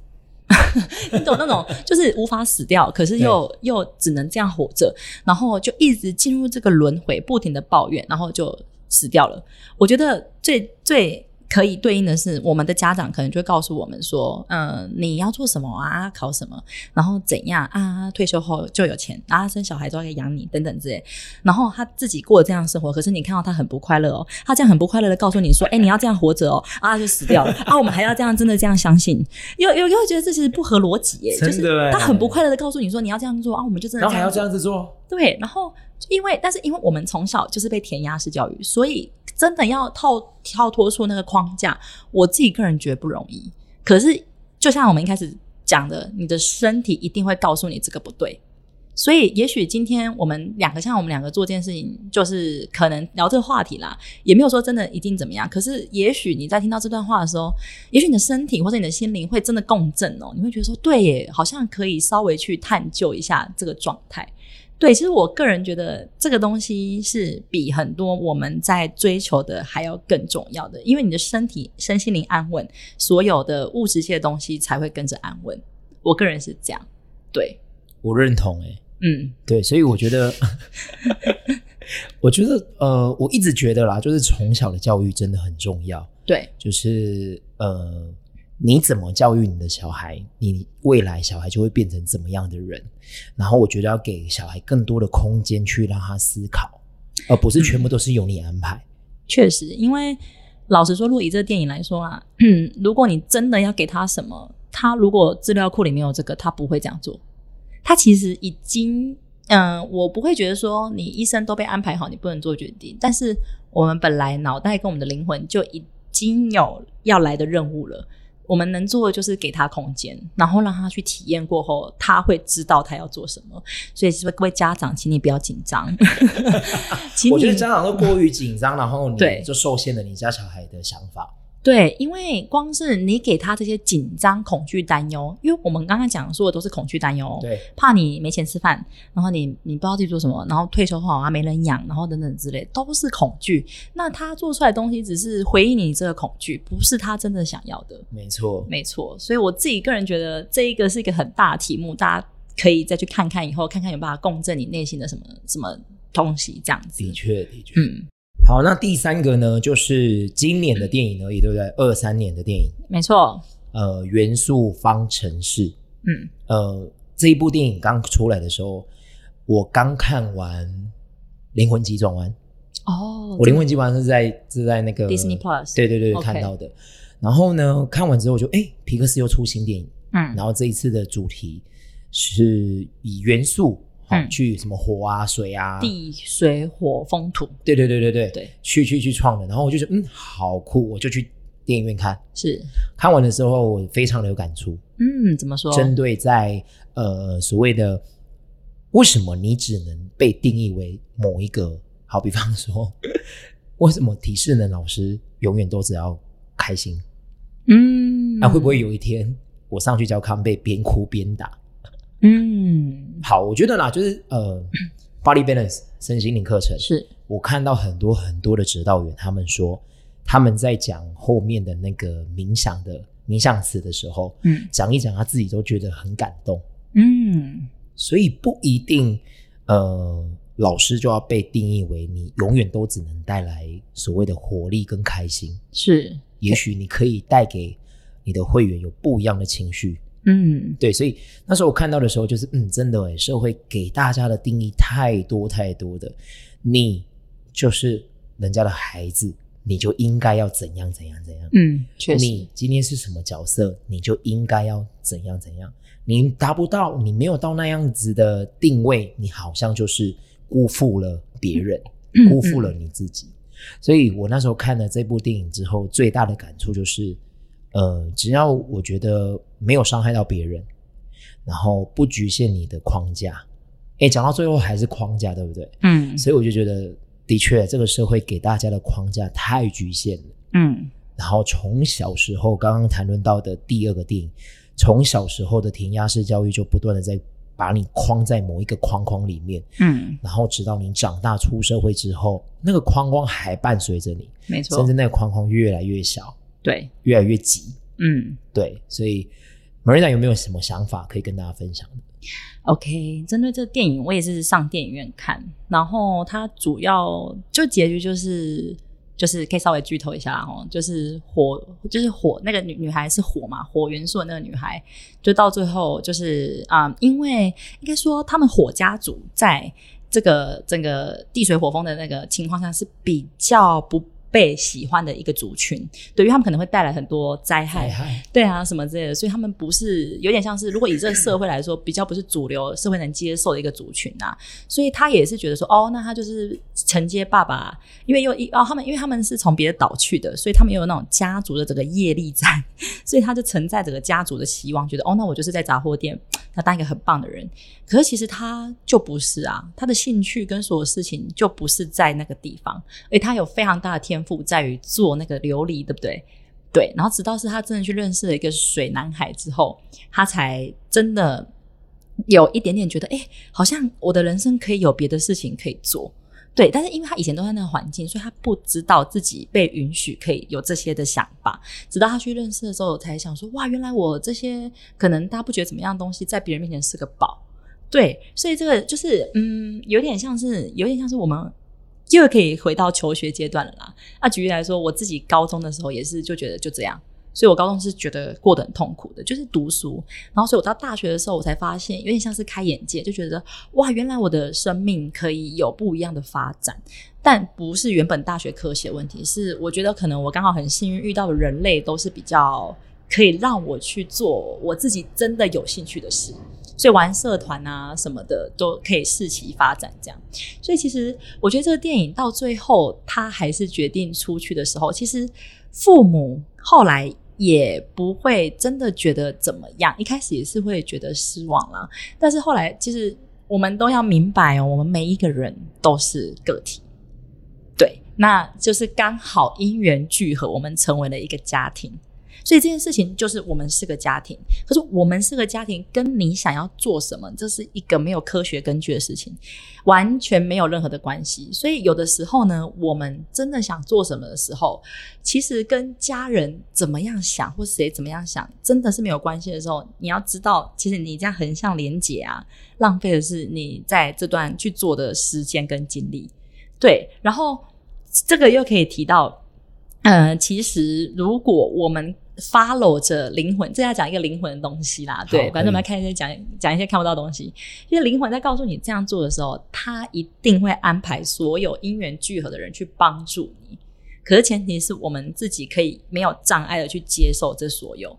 Speaker 1: 你懂那种就是无法死掉，可是又又只能这样活着，然后就一直进入这个轮回，不停的抱怨，然后就死掉了。我觉得最最可以对应的是，我们的家长可能就会告诉我们说，嗯、你要做什么啊，考什么，然后怎样啊，退休后就有钱啊，生小孩之后可以养你等等之类。然后他自己过这样的生活，可是你看到他很不快乐哦，他这样很不快乐的告诉你说，哎，你要这样活着哦，啊他就死掉了啊，我们还要这样真的这样相信，又又又觉得这其实不合逻辑耶，就
Speaker 2: 真的
Speaker 1: 是
Speaker 2: 耶
Speaker 1: 他很不快乐的告诉你说你要这样做啊，我们就真的
Speaker 2: 然后还要
Speaker 1: 做
Speaker 2: 这样子做，
Speaker 1: 对，然后因为但是因为我们从小就是被填鸭式教育，所以真的要跳跳脱出那个框架，我自己个人觉得不容易。可是就像我们一开始讲的，你的身体一定会告诉你这个不对。所以，也许今天我们两个，像我们两个做这件事情，就是可能聊这个话题啦，也没有说真的一定怎么样。可是，也许你在听到这段话的时候，也许你的身体或者你的心灵会真的共振哦，你会觉得说，对耶，好像可以稍微去探究一下这个状态。对，其实我个人觉得这个东西是比很多我们在追求的还要更重要的，因为你的身体、身心灵安稳，所有的物质界的东西才会跟着安稳。我个人是这样，对，
Speaker 2: 我认同哎、
Speaker 1: 嗯，
Speaker 2: 对，所以我觉得， 我觉得呃，我一直觉得啦，就是从小的教育真的很重要，
Speaker 1: 对，
Speaker 2: 就是呃，你怎么教育你的小孩，你未来小孩就会变成怎么样的人。然后我觉得要给小孩更多的空间去让他思考，而不是全部都是由你安排。
Speaker 1: 确实，因为老实说，如果以这个电影来说啊， 如果你真的要给他什么，他如果资料库里面有这个，他不会这样做。他其实已经，嗯、我不会觉得说你一生都被安排好，你不能做决定。但是我们本来脑袋跟我们的灵魂就已经有要来的任务了。我们能做的就是给他空间，然后让他去体验过后，他会知道他要做什么。所以，各位家长，请你不要紧张， 请
Speaker 2: 我觉得
Speaker 1: 你
Speaker 2: 家长都过于紧张，然后你
Speaker 1: 嗯对
Speaker 2: 就受限了你家小孩的想法。
Speaker 1: 对，因为光是你给他这些紧张、恐惧、担忧，因为我们刚刚讲说的都是恐惧、担忧，
Speaker 2: 对，
Speaker 1: 怕你没钱吃饭，然后你你不知道自己做什么，然后退休后啊没人养，然后等等之类，都是恐惧。那他做出来的东西只是回应你这个恐惧，不是他真的想要的。
Speaker 2: 没错。
Speaker 1: 没错，所以我自己个人觉得这一个是一个很大的题目，大家可以再去看看，以后看看有没有办法共振你内心的什么什么东西这样子
Speaker 2: 的。确，的确。
Speaker 1: 嗯，
Speaker 2: 好，那第三个呢，就是今年的电影而已，对不对？二三年的电影，
Speaker 1: 没错，
Speaker 2: 呃，《元素方程式》。
Speaker 1: 嗯，
Speaker 2: 呃，这一部电影刚出来的时候，我刚看完《灵魂急转弯》，
Speaker 1: 哦，
Speaker 2: 我《灵魂急转弯》是在是在那个
Speaker 1: Disney Plus
Speaker 2: 对对对
Speaker 1: OK
Speaker 2: 看到的。然后呢，看完之后我就哎，诶皮克斯又出新电影，
Speaker 1: 嗯
Speaker 2: 然后这一次的主题是以元素。好
Speaker 1: 嗯
Speaker 2: 去什么火啊、水啊、
Speaker 1: 地水火风土
Speaker 2: 对对对对对
Speaker 1: 对
Speaker 2: 去去去创的。然后我就觉得嗯，好酷，我就去电影院看。
Speaker 1: 是，
Speaker 2: 看完的时候，我非常的有感触，
Speaker 1: 嗯，怎么说？
Speaker 2: 针对在呃所谓的为什么你只能被定义为某一个，好比方说， 为什么体适能老师永远都只要开心？
Speaker 1: 嗯，
Speaker 2: 啊那、会不会？有一天我上去教康贝边哭边打？
Speaker 1: 嗯，
Speaker 2: 好，我觉得啦，就是 呃，body balance 身心灵课程
Speaker 1: 是，
Speaker 2: 我看到很多很多的指导员，他们说他们在讲后面的那个冥想的冥想词的时候，
Speaker 1: 嗯
Speaker 2: 讲一讲他自己都觉得很感动，
Speaker 1: 嗯，
Speaker 2: 所以不一定呃，老师就要被定义为你永远都只能带来所谓的活力跟开心，
Speaker 1: 是，
Speaker 2: 也许你可以带给你的会员有不一样的情绪。
Speaker 1: 嗯
Speaker 2: 对，所以那时候我看到的时候，就是嗯，真的诶，社会给大家的定义太多太多的，你就是人家的孩子，你就应该要怎样怎样怎样。
Speaker 1: 嗯，确实
Speaker 2: 你，今天是什么角色，你就应该要怎样怎样。你达不到，你没有到那样子的定位，你好像就是辜负了别人，
Speaker 1: 嗯
Speaker 2: 辜负了你自己。所以我那时候看了这部电影之后，最大的感触就是，呃，只要我觉得没有伤害到别人，然后不局限你的框架，诶，讲到最后还是框架，对不对？
Speaker 1: 嗯
Speaker 2: 所以我就觉得，的确，这个社会给大家的框架太局限了。
Speaker 1: 嗯
Speaker 2: 然后从小时候刚刚谈论到的第二个电影，从小时候的填鸭式教育就不断的在把你框在某一个框框里面，
Speaker 1: 嗯，
Speaker 2: 然后直到你长大出社会之后，那个框框还伴随着你，
Speaker 1: 没错
Speaker 2: 甚至，那个框框越来越小，
Speaker 1: 对，
Speaker 2: 越来越挤。
Speaker 1: 嗯。
Speaker 2: 对，所以 Marina 有没有什么想法可以跟大家分享的？
Speaker 1: OK，针对这个电影，我也是上电影院看，然后它主要就结局就是就是可以稍微剧透一下哦，就是火就是火那个女女孩是火嘛，火元素的那个女孩，就到最后就是啊、嗯因为应该说他们火家族在这个整个地水火风的那个情况下是比较不被喜欢的一个族群，对于他们可能会带来很多灾害
Speaker 2: 嗨，
Speaker 1: 对啊，什么之类的，所以他们不是有点像是，如果以这个社会来说，比较不是主流社会能接受的一个族群啊，所以他也是觉得说，哦，那他就是承接爸爸，因为又一哦，他们因为他们是从别的岛去的，所以他们也有那种家族的这个业力在， 所以他就承载整个家族的希望，觉得哦，那我就是在杂货店，他当一个很棒的人。可是其实他就不是啊，他的兴趣跟所有事情就不是在那个地方，而他有非常大的天赋在于做那个琉璃，对不对？对，然后直到是他真的去认识了一个水男孩之后，他才真的有一点点觉得，哎，好像我的人生可以有别的事情可以做。对，但是因为他以前都在那个环境，所以他不知道自己被允许可以有这些的想法。直到他去认识的时候，才想说，哇，原来我这些可能大家不觉得怎么样的东西，在别人面前是个宝。对，所以这个就是，嗯，有点像是，有点像是我们又可以回到求学阶段了啦。那举例来说，我自己高中的时候也是就觉得就这样，所以我高中是觉得过得很痛苦的，就是读书。然后，所以我到大学的时候，我才发现有点像是开眼界，就觉得哇，原来我的生命可以有不一样的发展。但不是原本大学科系的问题，是我觉得可能我刚好很幸运遇到的人类都是比较可以让我去做我自己真的有兴趣的事，所以玩社团啊什么的都可以适其发展这样。所以其实我觉得这个电影到最后，他还是决定出去的时候，其实父母后来也不会真的觉得怎么样，一开始也是会觉得失望啦。但是后来，其实我们都要明白哦，我们每一个人都是个体，对，那就是刚好因缘聚合，我们成为了一个家庭。所以这件事情就是我们是个家庭，可是我们是个家庭，跟你想要做什么，这是一个没有科学根据的事情，完全没有任何的关系。所以有的时候呢，我们真的想做什么的时候，其实跟家人怎么样想，或谁怎么样想，真的是没有关系的时候，你要知道，其实你这样横向连结啊，浪费的是你在这段去做的时间跟精力。对，然后这个又可以提到，呃，其实如果我们 follow 着灵魂，这要讲一个灵魂的东西啦，对，
Speaker 2: 好
Speaker 1: 反正我们要
Speaker 2: 可
Speaker 1: 看一些讲讲一些看不到的东西，因为灵魂在告诉你这样做的时候，他一定会安排所有因缘聚合的人去帮助你。可是前提是我们自己可以没有障碍的去接受这所有。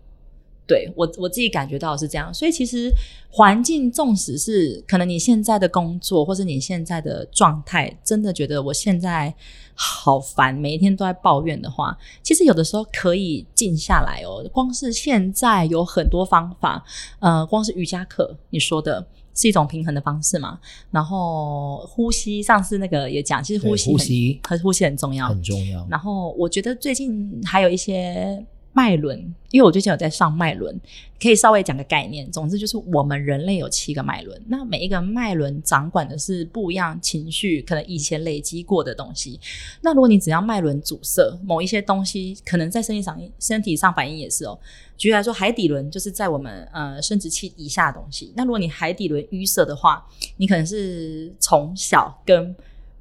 Speaker 1: 对我我自己感觉到是这样，所以其实环境纵使是可能你现在的工作或是你现在的状态，真的觉得我现在好烦，每一天都在抱怨的话，其实有的时候可以静下来哦。光是现在有很多方法，呃，光是瑜伽课，你说的是一种平衡的方式嘛？然后呼吸，上次那个也讲，其实
Speaker 2: 对
Speaker 1: 呼吸很
Speaker 2: 呼吸
Speaker 1: 和呼吸很重要，
Speaker 2: 很重要。
Speaker 1: 然后我觉得最近还有一些脉轮，因为我最近有在上脉轮，可以稍微讲个概念。总之就是我们人类有七个脉轮，那每一个脉轮掌管的是不一样情绪，可能以前累积过的东西。那如果你只要脉轮阻塞，某一些东西可能在身体上身体上反应也是哦。举例来说，海底轮就是在我们呃生殖器以下的东西。那如果你海底轮淤塞的话，你可能是从小跟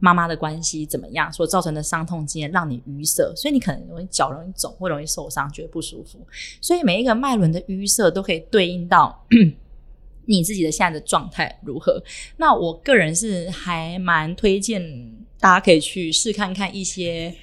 Speaker 1: 妈妈的关系怎么样所造成的伤痛经验，让你淤塞，所以你可能容易脚容易肿，会容易受伤，觉得不舒服。所以每一个脉轮的淤塞都可以对应到 你自己的现在的状态如何。那我个人是还蛮推荐大家可以去试看看一些，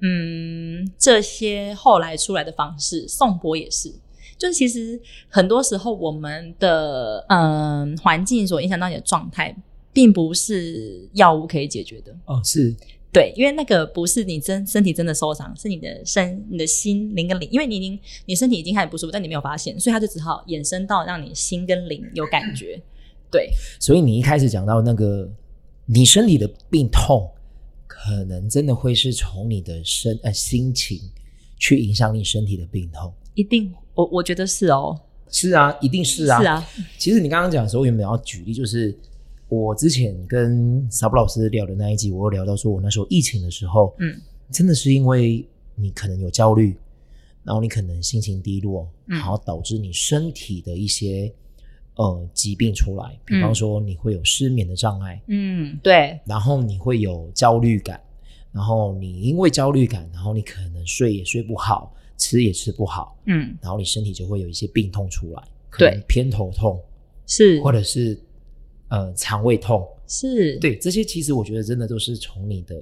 Speaker 1: 嗯，这些后来出来的方式，宋博也是。就是其实很多时候我们的嗯环境所影响到你的状态，并不是药物可以解决的。
Speaker 2: 哦，是
Speaker 1: 对，因为那个不是你真身体真的受伤，是你的身、你的心灵跟灵，因为你已经你身体已经开始不舒服，但你没有发现，所以它就只好衍生到让你心跟灵有感觉。对，
Speaker 2: 所以你一开始讲到那个，你身体的病痛，可能真的会是从你的身呃心情去影响你身体的病痛。
Speaker 1: 一定，我我觉得是哦，
Speaker 2: 是啊，一定是啊。
Speaker 1: 是啊，
Speaker 2: 其实你刚刚讲的时候，我原本要举例，就是我之前跟萨布老师聊的那一集，我有聊到说，我那时候疫情的时候，
Speaker 1: 嗯，
Speaker 2: 真的是因为你可能有焦虑，然后你可能心情低落，
Speaker 1: 嗯
Speaker 2: 然后导致你身体的一些呃疾病出来，比方
Speaker 1: 嗯
Speaker 2: 说你会有失眠的障碍。
Speaker 1: 嗯，对，
Speaker 2: 然后你会有焦虑感，然后你因为焦虑感，然后你可能睡也睡不好，吃也吃不好，
Speaker 1: 嗯，
Speaker 2: 然后你身体就会有一些病痛出来，可能
Speaker 1: 对
Speaker 2: 偏头痛
Speaker 1: 是
Speaker 2: 或者是呃肠胃痛，
Speaker 1: 是，
Speaker 2: 对这些其实我觉得真的都是从你的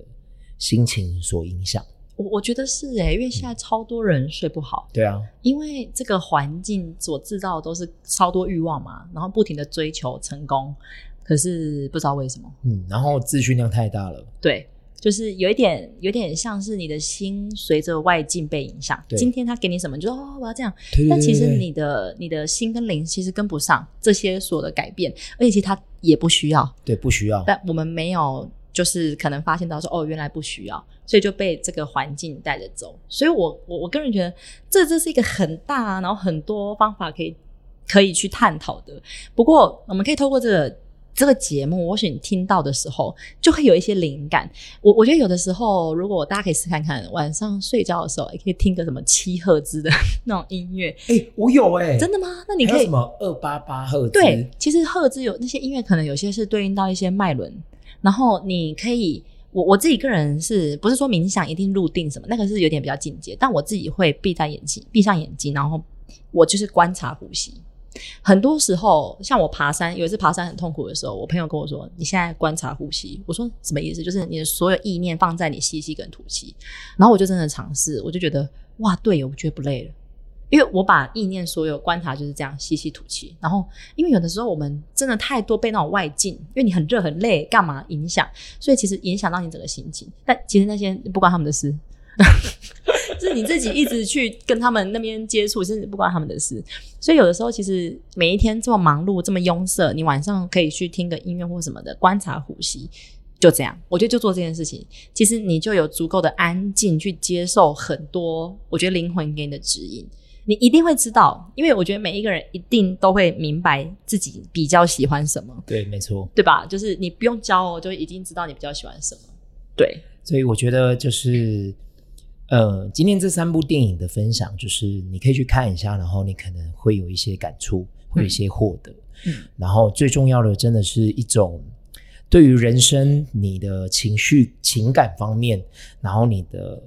Speaker 2: 心情所影响。
Speaker 1: 我我觉得是诶、因为现在超多人睡不好，
Speaker 2: 对啊，
Speaker 1: 因为这个环境所制造的都是超多欲望嘛，然后不停的追求成功，可是不知道为什么。
Speaker 2: 嗯，然后资讯量太大了，
Speaker 1: 对，就是有一点，有点像是你的心随着外境被影响。
Speaker 2: 对
Speaker 1: 今天他给你什么，你就说哦，我要这样。
Speaker 2: 对
Speaker 1: 但其实
Speaker 2: 对对
Speaker 1: 你的你的心跟灵其实跟不上这些所有的改变，而且其实他也不需要。
Speaker 2: 对不需要，
Speaker 1: 但我们没有，就是可能发现到说，哦，原来不需要，所以就被这个环境带着走。所以我我我个人觉得，这这是一个很大，然后很多方法可以可以去探讨的。不过，我们可以透过这个。这个节目，或许你听到的时候，就会有一些灵感。我我觉得有的时候，如果大家可以试看看，晚上睡觉的时候，也可以听个什么七赫兹的 那种音乐。
Speaker 2: 哎、我有哎、
Speaker 1: 真
Speaker 2: 的，
Speaker 1: 的吗？那你
Speaker 2: 还
Speaker 1: 可
Speaker 2: 有
Speaker 1: 以
Speaker 2: 什么二八八赫兹？
Speaker 1: 对，其实赫兹有那些音乐，可能有些是对应到一些脉轮，然后你可以，我我自己个人是不是说冥想一定入定什么，那个是有点比较进阶，但我自己会闭在眼睛，闭上眼睛，然后我就是观察呼吸。很多时候，像我爬山，有一次爬山很痛苦的时候，我朋友跟我说：“你现在观察呼吸。”我说：“什么意思？就是你的所有意念放在你吸气跟吐气。”然后我就真的尝试，我就觉得哇，对耶，我觉得不累了。因为我把意念所有观察就是这样吸气吐气，然后因为有的时候我们真的太多被那种外境，因为你很热很累，干嘛影响？所以其实影响到你整个心情。但其实那些不关他们的事，就是你自己一直去跟他们那边接触，甚至不关他们的事。所以有的时候，其实每一天这么忙碌、这么拥塞，你晚上可以去听个音乐或什么的，观察呼吸，就这样。我觉得就做这件事情，其实你就有足够的安静去接受很多，我觉得灵魂给你的指引。你一定会知道，因为我觉得每一个人一定都会明白自己比较喜欢什么，
Speaker 2: 对，没错。
Speaker 1: 对吧？就是你不用教哦，就已经知道你比较喜欢什么。对，
Speaker 2: 所以我觉得就是，呃，今天这三部电影的分享，就是你可以去看一下，然后你可能会有一些感触，会有一些获得。
Speaker 1: 嗯
Speaker 2: 然后最重要的，真的是一种对于人生你的情绪、情感方面，然后你的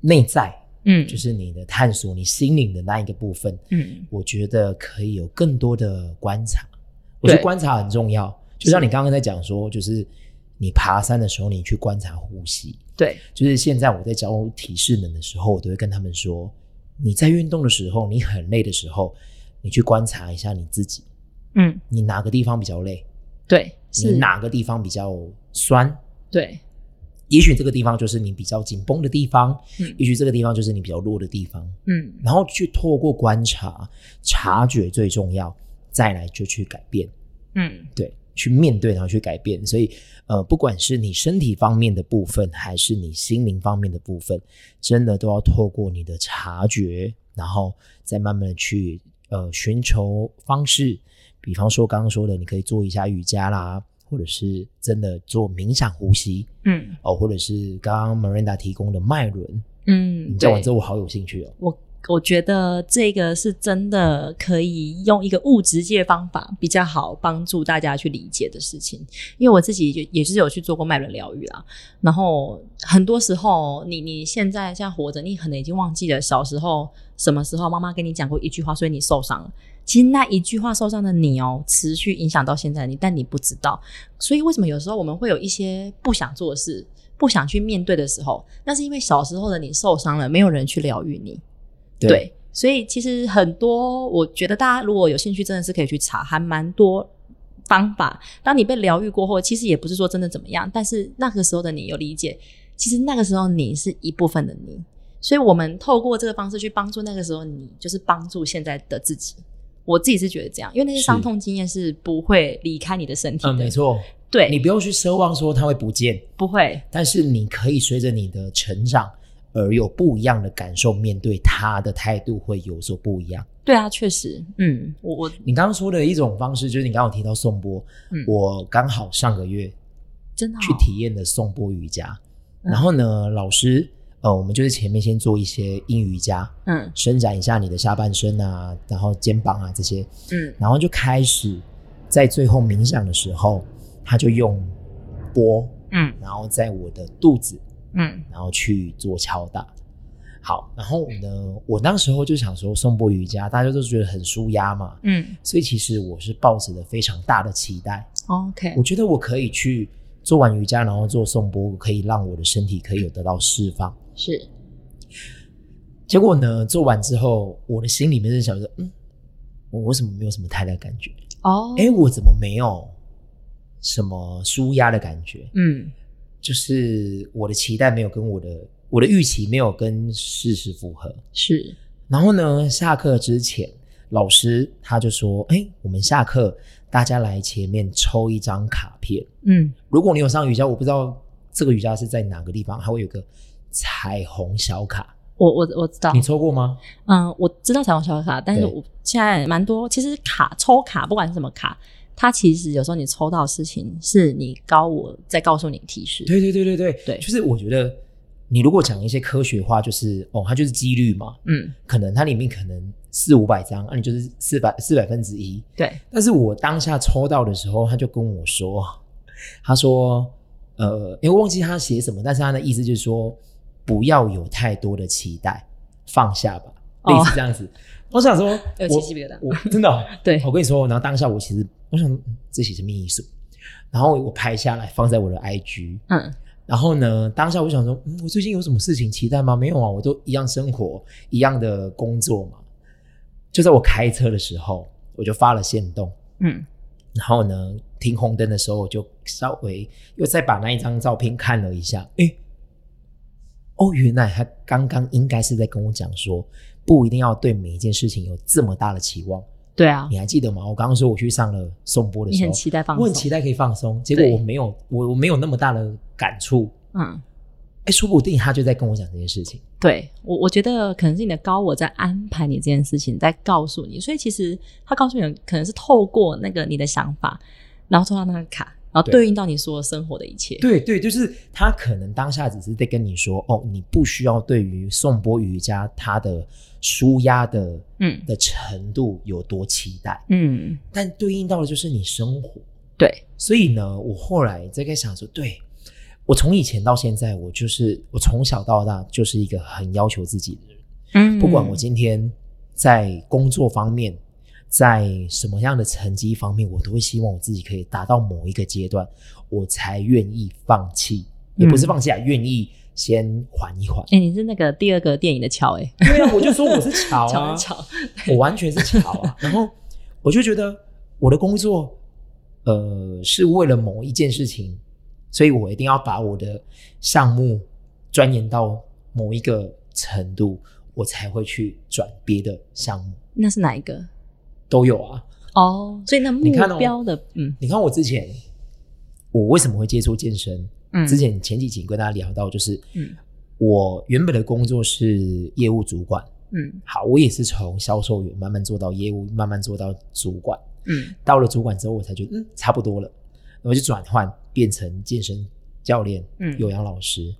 Speaker 2: 内在，
Speaker 1: 嗯，
Speaker 2: 就是你的探索，你心灵的那一个部分，
Speaker 1: 嗯，
Speaker 2: 我觉得可以有更多的观察。我觉得
Speaker 1: 对
Speaker 2: 观察很重要，就像你刚刚在讲说，就是你爬山的时候，你去观察呼吸。
Speaker 1: 对，
Speaker 2: 就是现在我在教体适能的时候，我都会跟他们说，你在运动的时候，你很累的时候，你去观察一下你自己，
Speaker 1: 嗯，
Speaker 2: 你哪个地方比较累，
Speaker 1: 对，
Speaker 2: 你
Speaker 1: 是，
Speaker 2: 哪个地方比较酸。
Speaker 1: 对，
Speaker 2: 也许这个地方就是你比较紧绷的地方，
Speaker 1: 嗯
Speaker 2: 也许这个地方就是你比较弱的地方，
Speaker 1: 嗯，
Speaker 2: 然后去透过观察、察觉最重要，再来就去改变。
Speaker 1: 嗯，
Speaker 2: 对，去面对，然后去改变。所以，呃，不管是你身体方面的部分，还是你心灵方面的部分，真的都要透过你的察觉，然后再慢慢的去呃寻求方式。比方说刚刚说的，你可以做一下瑜伽啦，或者是真的做冥想呼吸
Speaker 1: 嗯，
Speaker 2: 哦，或者是刚刚 Miranda 提供的脉轮。
Speaker 1: 嗯，
Speaker 2: 你讲完
Speaker 1: 对
Speaker 2: 之后，我好有兴趣哦。
Speaker 1: 我我觉得这个是真的可以用一个物质界方法比较好帮助大家去理解的事情，因为我自己就也就是有去做过脉轮疗愈啦。然后很多时候你，你现在现在活着，你可能已经忘记了小时候什么时候妈妈跟你讲过一句话，所以你受伤了。其实那一句话受伤的你哦，持续影响到现在的你，但你不知道。所以为什么有时候我们会有一些不想做的事、不想去面对的时候，那是因为小时候的你受伤了，没有人去疗愈你。对，所以其实很多，我觉得大家如果有兴趣，真的是可以去查，还蛮多方法。当你被疗愈过后，其实也不是说真的怎么样，但是那个时候的你有理解，其实那个时候你是一部分的你，所以我们透过这个方式去帮助那个时候你，就是帮助现在的自己。我自己是觉得这样，因为那些
Speaker 2: 是
Speaker 1: 伤痛经验是不会离开你的身体的，
Speaker 2: 嗯，没，错，
Speaker 1: 对，
Speaker 2: 你不用去奢望说它会不见，
Speaker 1: 不会，
Speaker 2: 但是你可以随着你的成长而有不一样的感受，面对他的态度会有所不一样。
Speaker 1: 对啊，确实，嗯，我我
Speaker 2: 你刚刚说的一种方式，就是你刚刚有提到颂钵，
Speaker 1: 嗯
Speaker 2: 我刚好上个月
Speaker 1: 真的、哦、
Speaker 2: 去体验了颂钵瑜伽，
Speaker 1: 嗯
Speaker 2: 然后呢，老师，呃，我们就是前面先做一些阴瑜伽，
Speaker 1: 嗯
Speaker 2: 伸展一下你的下半身啊，然后肩膀啊这些，
Speaker 1: 嗯
Speaker 2: 然后就开始在最后冥想的时候，他就用钵，
Speaker 1: 嗯
Speaker 2: 然后在我的肚子
Speaker 1: 嗯
Speaker 2: 然后去做敲打。好，然后呢，我当时候就想说，颂钵瑜伽大家都觉得很舒压嘛，
Speaker 1: 嗯
Speaker 2: 所以其实我是抱着的非常大的期待，
Speaker 1: ，OK，
Speaker 2: 我觉得我可以去做完瑜伽，然后做颂钵，可以让我的身体可以有得到释放。
Speaker 1: 是，
Speaker 2: 结果呢，做完之后，我的心里面是想说，嗯，我为什么没有什么太大的感觉？
Speaker 1: 哦，
Speaker 2: 哎，我怎么没有什么舒压的感觉？
Speaker 1: 嗯
Speaker 2: 就是我的期待没有跟我的我的预期没有跟事实符合。，
Speaker 1: 是，
Speaker 2: 然后呢，下课之前，老师他就说：“哎，我们下课，大家来前面抽一张卡片。
Speaker 1: 嗯，
Speaker 2: 如果你有上瑜伽，我不知道这个瑜伽是在哪个地方，它会有个彩虹小卡，
Speaker 1: 我我我知道
Speaker 2: 你，抽过吗？
Speaker 1: 嗯，我知道彩虹小卡，但是
Speaker 2: 对
Speaker 1: 我现在蛮多，其实卡抽卡，不管是什么卡，它其实有时候你抽到的事情是你高我在告诉你提示，
Speaker 2: 对对对对对
Speaker 1: 对
Speaker 2: 就是我觉得你如果讲一些科学化，就是哦，它就是几率嘛，
Speaker 1: 嗯，
Speaker 2: 可能它里面可能四五百张，那、啊你就是四百四百分之一，
Speaker 1: 对，
Speaker 2: 但是我当下抽到的时候，他就跟我说，他说，呃，因为忘记他写什么，但是他的意思就是说，不要有太多的期待，放下吧，
Speaker 1: 哦
Speaker 2: 类似这样子。我想说，
Speaker 1: 有
Speaker 2: 我
Speaker 1: 起鸡皮疙瘩
Speaker 2: 我真的哦、
Speaker 1: 对
Speaker 2: 我跟你说，然后当下我其实我想嗯这写什么意思，然后我拍下来放在我的 IG。
Speaker 1: 嗯
Speaker 2: 然后呢，当下我想说，嗯，我最近有什么事情期待吗？没有啊，我都一样生活，一样的工作嘛。就在我开车的时候，我就发了线动，
Speaker 1: 嗯
Speaker 2: 然后呢，停红灯的时候，我就稍微又再把那一张照片看了一下，诶，哦，原来他刚刚应该是在跟我讲说，不一定要对每一件事情有这么大的期望。
Speaker 1: 对啊，
Speaker 2: 你还记得吗？我刚刚说我去上了颂钵的
Speaker 1: 你
Speaker 2: 时候
Speaker 1: 很，期待放松，
Speaker 2: 我很期待可以放松，结果
Speaker 1: 对
Speaker 2: 我没有，我我没有那么大的感触。
Speaker 1: 嗯，
Speaker 2: 哎，说不定他就在跟我讲这件事情。
Speaker 1: 对我我觉得可能是你的高我在安排你这件事情，在告诉你，所以其实他告诉你可能是透过那个你的想法，然后抽到那个卡，然后
Speaker 2: 对
Speaker 1: 对应到你所有生活的一切。
Speaker 2: 对对，就是他可能当下只是在跟你说，哦，你不需要对于颂钵瑜伽它的舒压的
Speaker 1: 嗯
Speaker 2: 的程度有多期待，
Speaker 1: 嗯，
Speaker 2: 但对应到的就是你生活。
Speaker 1: 对，
Speaker 2: 所以呢，我后来在在想说，对我从以前到现在，我就是我从小到大就是一个很要求自己的人，
Speaker 1: 嗯
Speaker 2: 不管我今天在工作方面。在什么样的成绩方面，我都会希望我自己可以达到某一个阶段，我才愿意放弃，也不是放弃啊，愿意先缓一缓。
Speaker 1: 哎、你是那个第二个电影的乔哎、
Speaker 2: 对啊，我就说我 是巧
Speaker 1: 乔
Speaker 2: 啊
Speaker 1: 一，乔，
Speaker 2: 我完全是巧啊。然后我就觉得我的工作，呃，是为了某一件事情，所以我一定要把我的项目钻研到某一个程度，我才会去转别的项目。
Speaker 1: 那是哪一个？
Speaker 2: 都有啊，
Speaker 1: 哦，所以那目
Speaker 2: 你看哦
Speaker 1: 标的，嗯
Speaker 2: 你看我之前，我为什么会接触健身？
Speaker 1: 嗯，
Speaker 2: 之前前几集跟大家聊到，就是
Speaker 1: 嗯
Speaker 2: 我原本的工作是业务主管，
Speaker 1: 嗯
Speaker 2: 好，我也是从销售员慢慢做到业务，慢慢做到主管。
Speaker 1: 嗯
Speaker 2: 到了主管之后，我才觉得嗯差不多了，我就转换变成健身教练，
Speaker 1: 嗯
Speaker 2: 有氧老师，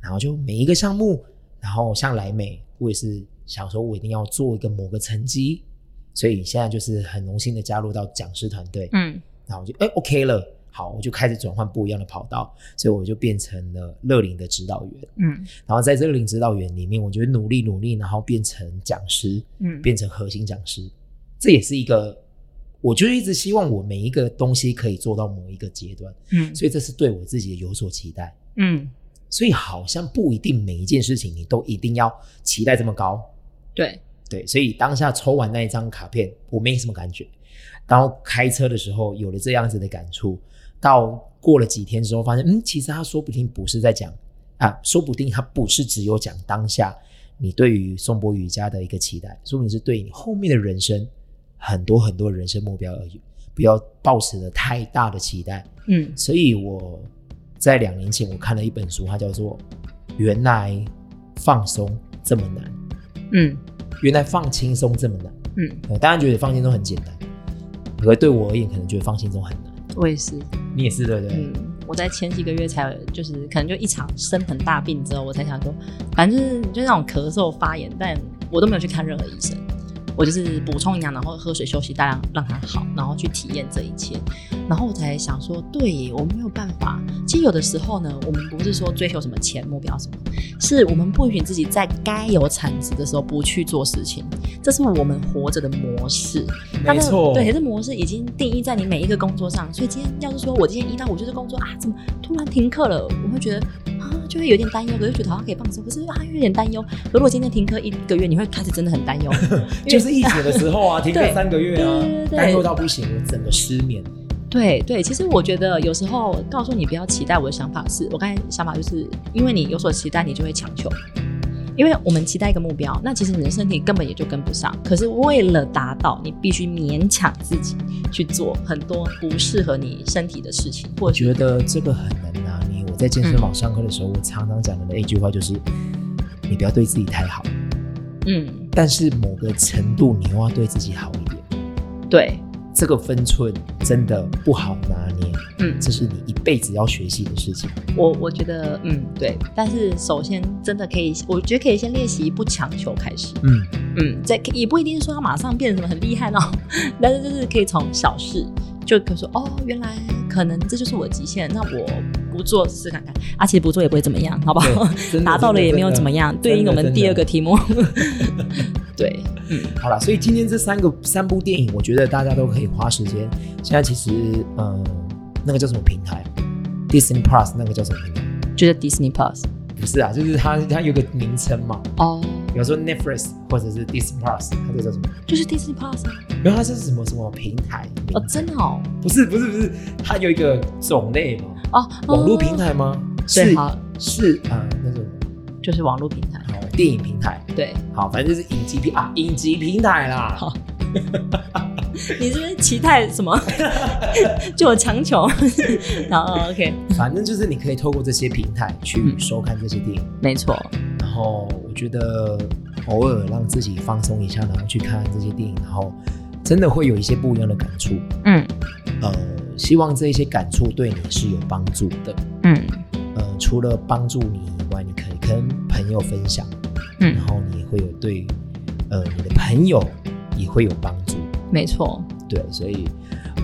Speaker 2: 然后就每一个项目，然后像莱美，我也是想说我一定要做一个某个成绩，所以现在就是很荣幸的加入到讲师团队，
Speaker 1: 嗯
Speaker 2: 然后我就哎 OK 了，好，我就开始转换不一样的跑道，所以我就变成了乐龄的指导员，
Speaker 1: 嗯
Speaker 2: 然后在这个领指导员里面，我就努力努力，然后变成讲师，
Speaker 1: 嗯，
Speaker 2: 变成核心讲师，这也是一个，我就是一直希望我每一个东西可以做到某一个阶段，
Speaker 1: 嗯
Speaker 2: 所以这是对我自己有所期待。
Speaker 1: 嗯，
Speaker 2: 所以好像不一定每一件事情你都一定要期待这么高，
Speaker 1: 对，
Speaker 2: 对，所以当下抽完那一张卡片，我没什么感觉。然后开车的时候有了这样子的感触，到过了几天之后，发现嗯，其实他说不定不是在讲啊，说不定他不是只有讲当下你对于松柏瑜伽的一个期待，说不定是对你后面的人生很多很多人生目标而已，不要抱持了太大的期待。
Speaker 1: 嗯
Speaker 2: 所以我在两年前我看了一本书，它叫做《原来放松这么难》。
Speaker 1: 嗯
Speaker 2: 原来放轻松这么难。
Speaker 1: 嗯，
Speaker 2: 呃，当然觉得放轻松很简单，可是对我而言，可能觉得放轻松很难。
Speaker 1: 我也是，
Speaker 2: 你也是对不对？
Speaker 1: 嗯，我在前几个月才有，就是可能就一场生很大病之后，我才想说，反正就是就是那种咳嗽发炎，但我都没有去看任何医生，我就是补充营养，然后喝水休息大量让它好，然后去体验这一切，然后我才想说，对耶，我没有办法。其实有的时候呢，我们不是说追求什么钱目标什么，是我们不允许自己在该有产值的时候不去做事情，这是我们活着的模式。它那个对，可是模式已经定义在你每一个工作上，所以今天要是说我今天一到五就是工作啊，怎么突然停课了，我会觉得啊，就会有点担忧，可是觉得好像可以放松，可是啊又有点担忧。可如果今天停课一个月，你会开始真的很 担忧，因为
Speaker 2: 就是疫情的时候 啊，停课
Speaker 1: 对
Speaker 2: 三个月啊
Speaker 1: 对对，对
Speaker 2: 担忧到不行，我整个失眠。
Speaker 1: 对对，其实我觉得有时候告诉你不要期待，我的想法是我刚才想法就是因为你有所期待，你就会强求。因为我们期待一个目标，那其实你的身体根本也就跟不上。可是为了达到，你必须勉强自己去做很多不适合你身体的事情，或
Speaker 2: 我
Speaker 1: 者
Speaker 2: 觉得这个很难拿捏。我在健
Speaker 1: 嗯
Speaker 2: 身房上课的时候，我常常讲的一句话就是：你不要对自己太好，
Speaker 1: 嗯，
Speaker 2: 但是某个程度你又要对自己好一点。
Speaker 1: 对，
Speaker 2: 这个分寸真的不好拿捏，
Speaker 1: 嗯，
Speaker 2: 这是你一辈子要学习的事情。
Speaker 1: 我我觉得嗯对，但是首先真的可以，我觉得可以先练习不强求开始。
Speaker 2: 嗯，
Speaker 1: 嗯，这也不一定是说他马上变得什么很厉害哦，但是就是可以从小事就可以说哦，原来可能这就是我的极限，那我不做试试看看，啊，其实不做也不会怎么样，好不好？
Speaker 2: 对真 的
Speaker 1: 达到了也没有怎么样，
Speaker 2: 真的
Speaker 1: 对应我们第二个
Speaker 2: 真的
Speaker 1: 题目，对，嗯
Speaker 2: 好啦，所以今天这三个三部电影，我觉得大家都可以花时间。现在其实，嗯，那个叫什么平台？Disney Plus 那个叫什么平台？
Speaker 1: 就是 Disney Plus
Speaker 2: 不是啊，就是它它有个名称嘛，
Speaker 1: 哦，
Speaker 2: 比方说 Netflix 或者是 Disney Plus，它就叫什么？
Speaker 1: 就是 Disney Plus 啊
Speaker 2: 然后它是什么什么平台？
Speaker 1: 哦，真的哦，
Speaker 2: 不是不是不是，它有一个种类嘛，
Speaker 1: 哦，
Speaker 2: 网络
Speaker 1: 哦
Speaker 2: 平台吗？
Speaker 1: 对
Speaker 2: 是
Speaker 1: 好
Speaker 2: 是啊、呃那种
Speaker 1: 就是网络平台。
Speaker 2: 好，电影平台，
Speaker 1: 对，
Speaker 2: 好，反正就是影集平啊，影集平台啦。
Speaker 1: 好你是不是期待什么？ 就我强求， 然后 OK，
Speaker 2: 反正就是你可以透过这些平台
Speaker 1: 嗯
Speaker 2: 去收看这些电影，
Speaker 1: 没错，
Speaker 2: 然后我觉得偶尔让自己放松一下，然后去看这些电影，然后真的会有一些不一样的感触。
Speaker 1: 嗯
Speaker 2: 呃，希望这一些感触对你是有帮助的。
Speaker 1: 嗯
Speaker 2: 呃，除了帮助你以外，你可以跟朋友分享，然
Speaker 1: 嗯，
Speaker 2: 后你也会有对呃你的朋友也会有帮助。
Speaker 1: 没错，
Speaker 2: 对，所以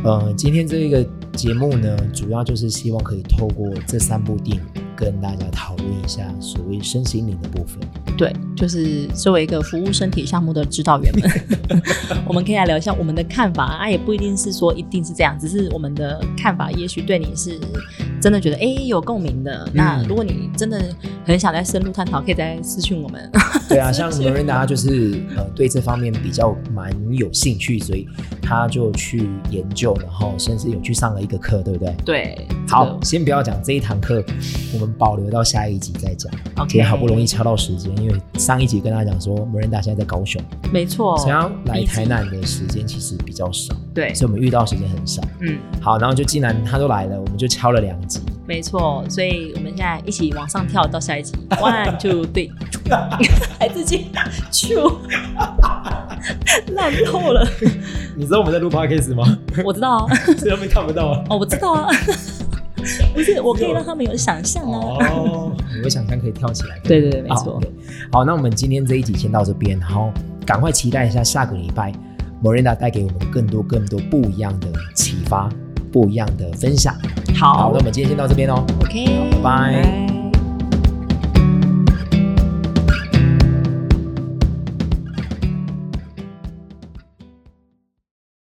Speaker 2: 呃，今天这个节目呢，主要就是希望可以透过这三部电影跟大家讨论一下所谓身心灵的部分。
Speaker 1: 对，就是作为一个服务身体项目的指导员 们，我们可以来聊一下我们的看法啊，也不一定是说一定是这样，只是我们的看法，也许对你是真的觉得哎、诶有共鸣
Speaker 2: 嗯
Speaker 1: 的。那如果你真的很想再深入探讨，可以再私讯我们。
Speaker 2: 对啊，像 Miranda 就是呃对这方面比较蛮有兴趣，所以他就去研究，然后甚至有去上了一个课，对不 对？
Speaker 1: 对，
Speaker 2: 好，先不要讲这一堂课，我们保留到下一集再讲。
Speaker 1: o
Speaker 2: 今
Speaker 1: k
Speaker 2: 天好不容易，敲到时间，因为上一集跟大家讲说，Miranda 现在在高雄，
Speaker 1: 没错，
Speaker 2: 想要来台南的时间其实比较少，
Speaker 1: 对，
Speaker 2: 所以我们遇到时间很少。
Speaker 1: 嗯，
Speaker 2: 好，然后就既然他都来了，我们就敲了两集。
Speaker 1: 没错，所以我们现在一起往上跳到 下一集，one two three，还自己 就烂透了，
Speaker 2: 你知道我们在录 podcast 吗？
Speaker 1: 我知道啊，
Speaker 2: 所以他们看不到啊。
Speaker 1: 哦，我知道啊， 不是，我可以让他们有想象啊，
Speaker 2: 哦，我想象可以跳起来。
Speaker 1: 对对对，没错
Speaker 2: 好，对好，那我们今天这一集先到这边，然后赶快期待一下下个礼拜 Miranda 带给我们更多更多不一样的启发，不一样的分享。好，
Speaker 1: 好
Speaker 2: 那我们今天先到这边哦。
Speaker 1: ，OK，
Speaker 2: 拜
Speaker 1: 拜。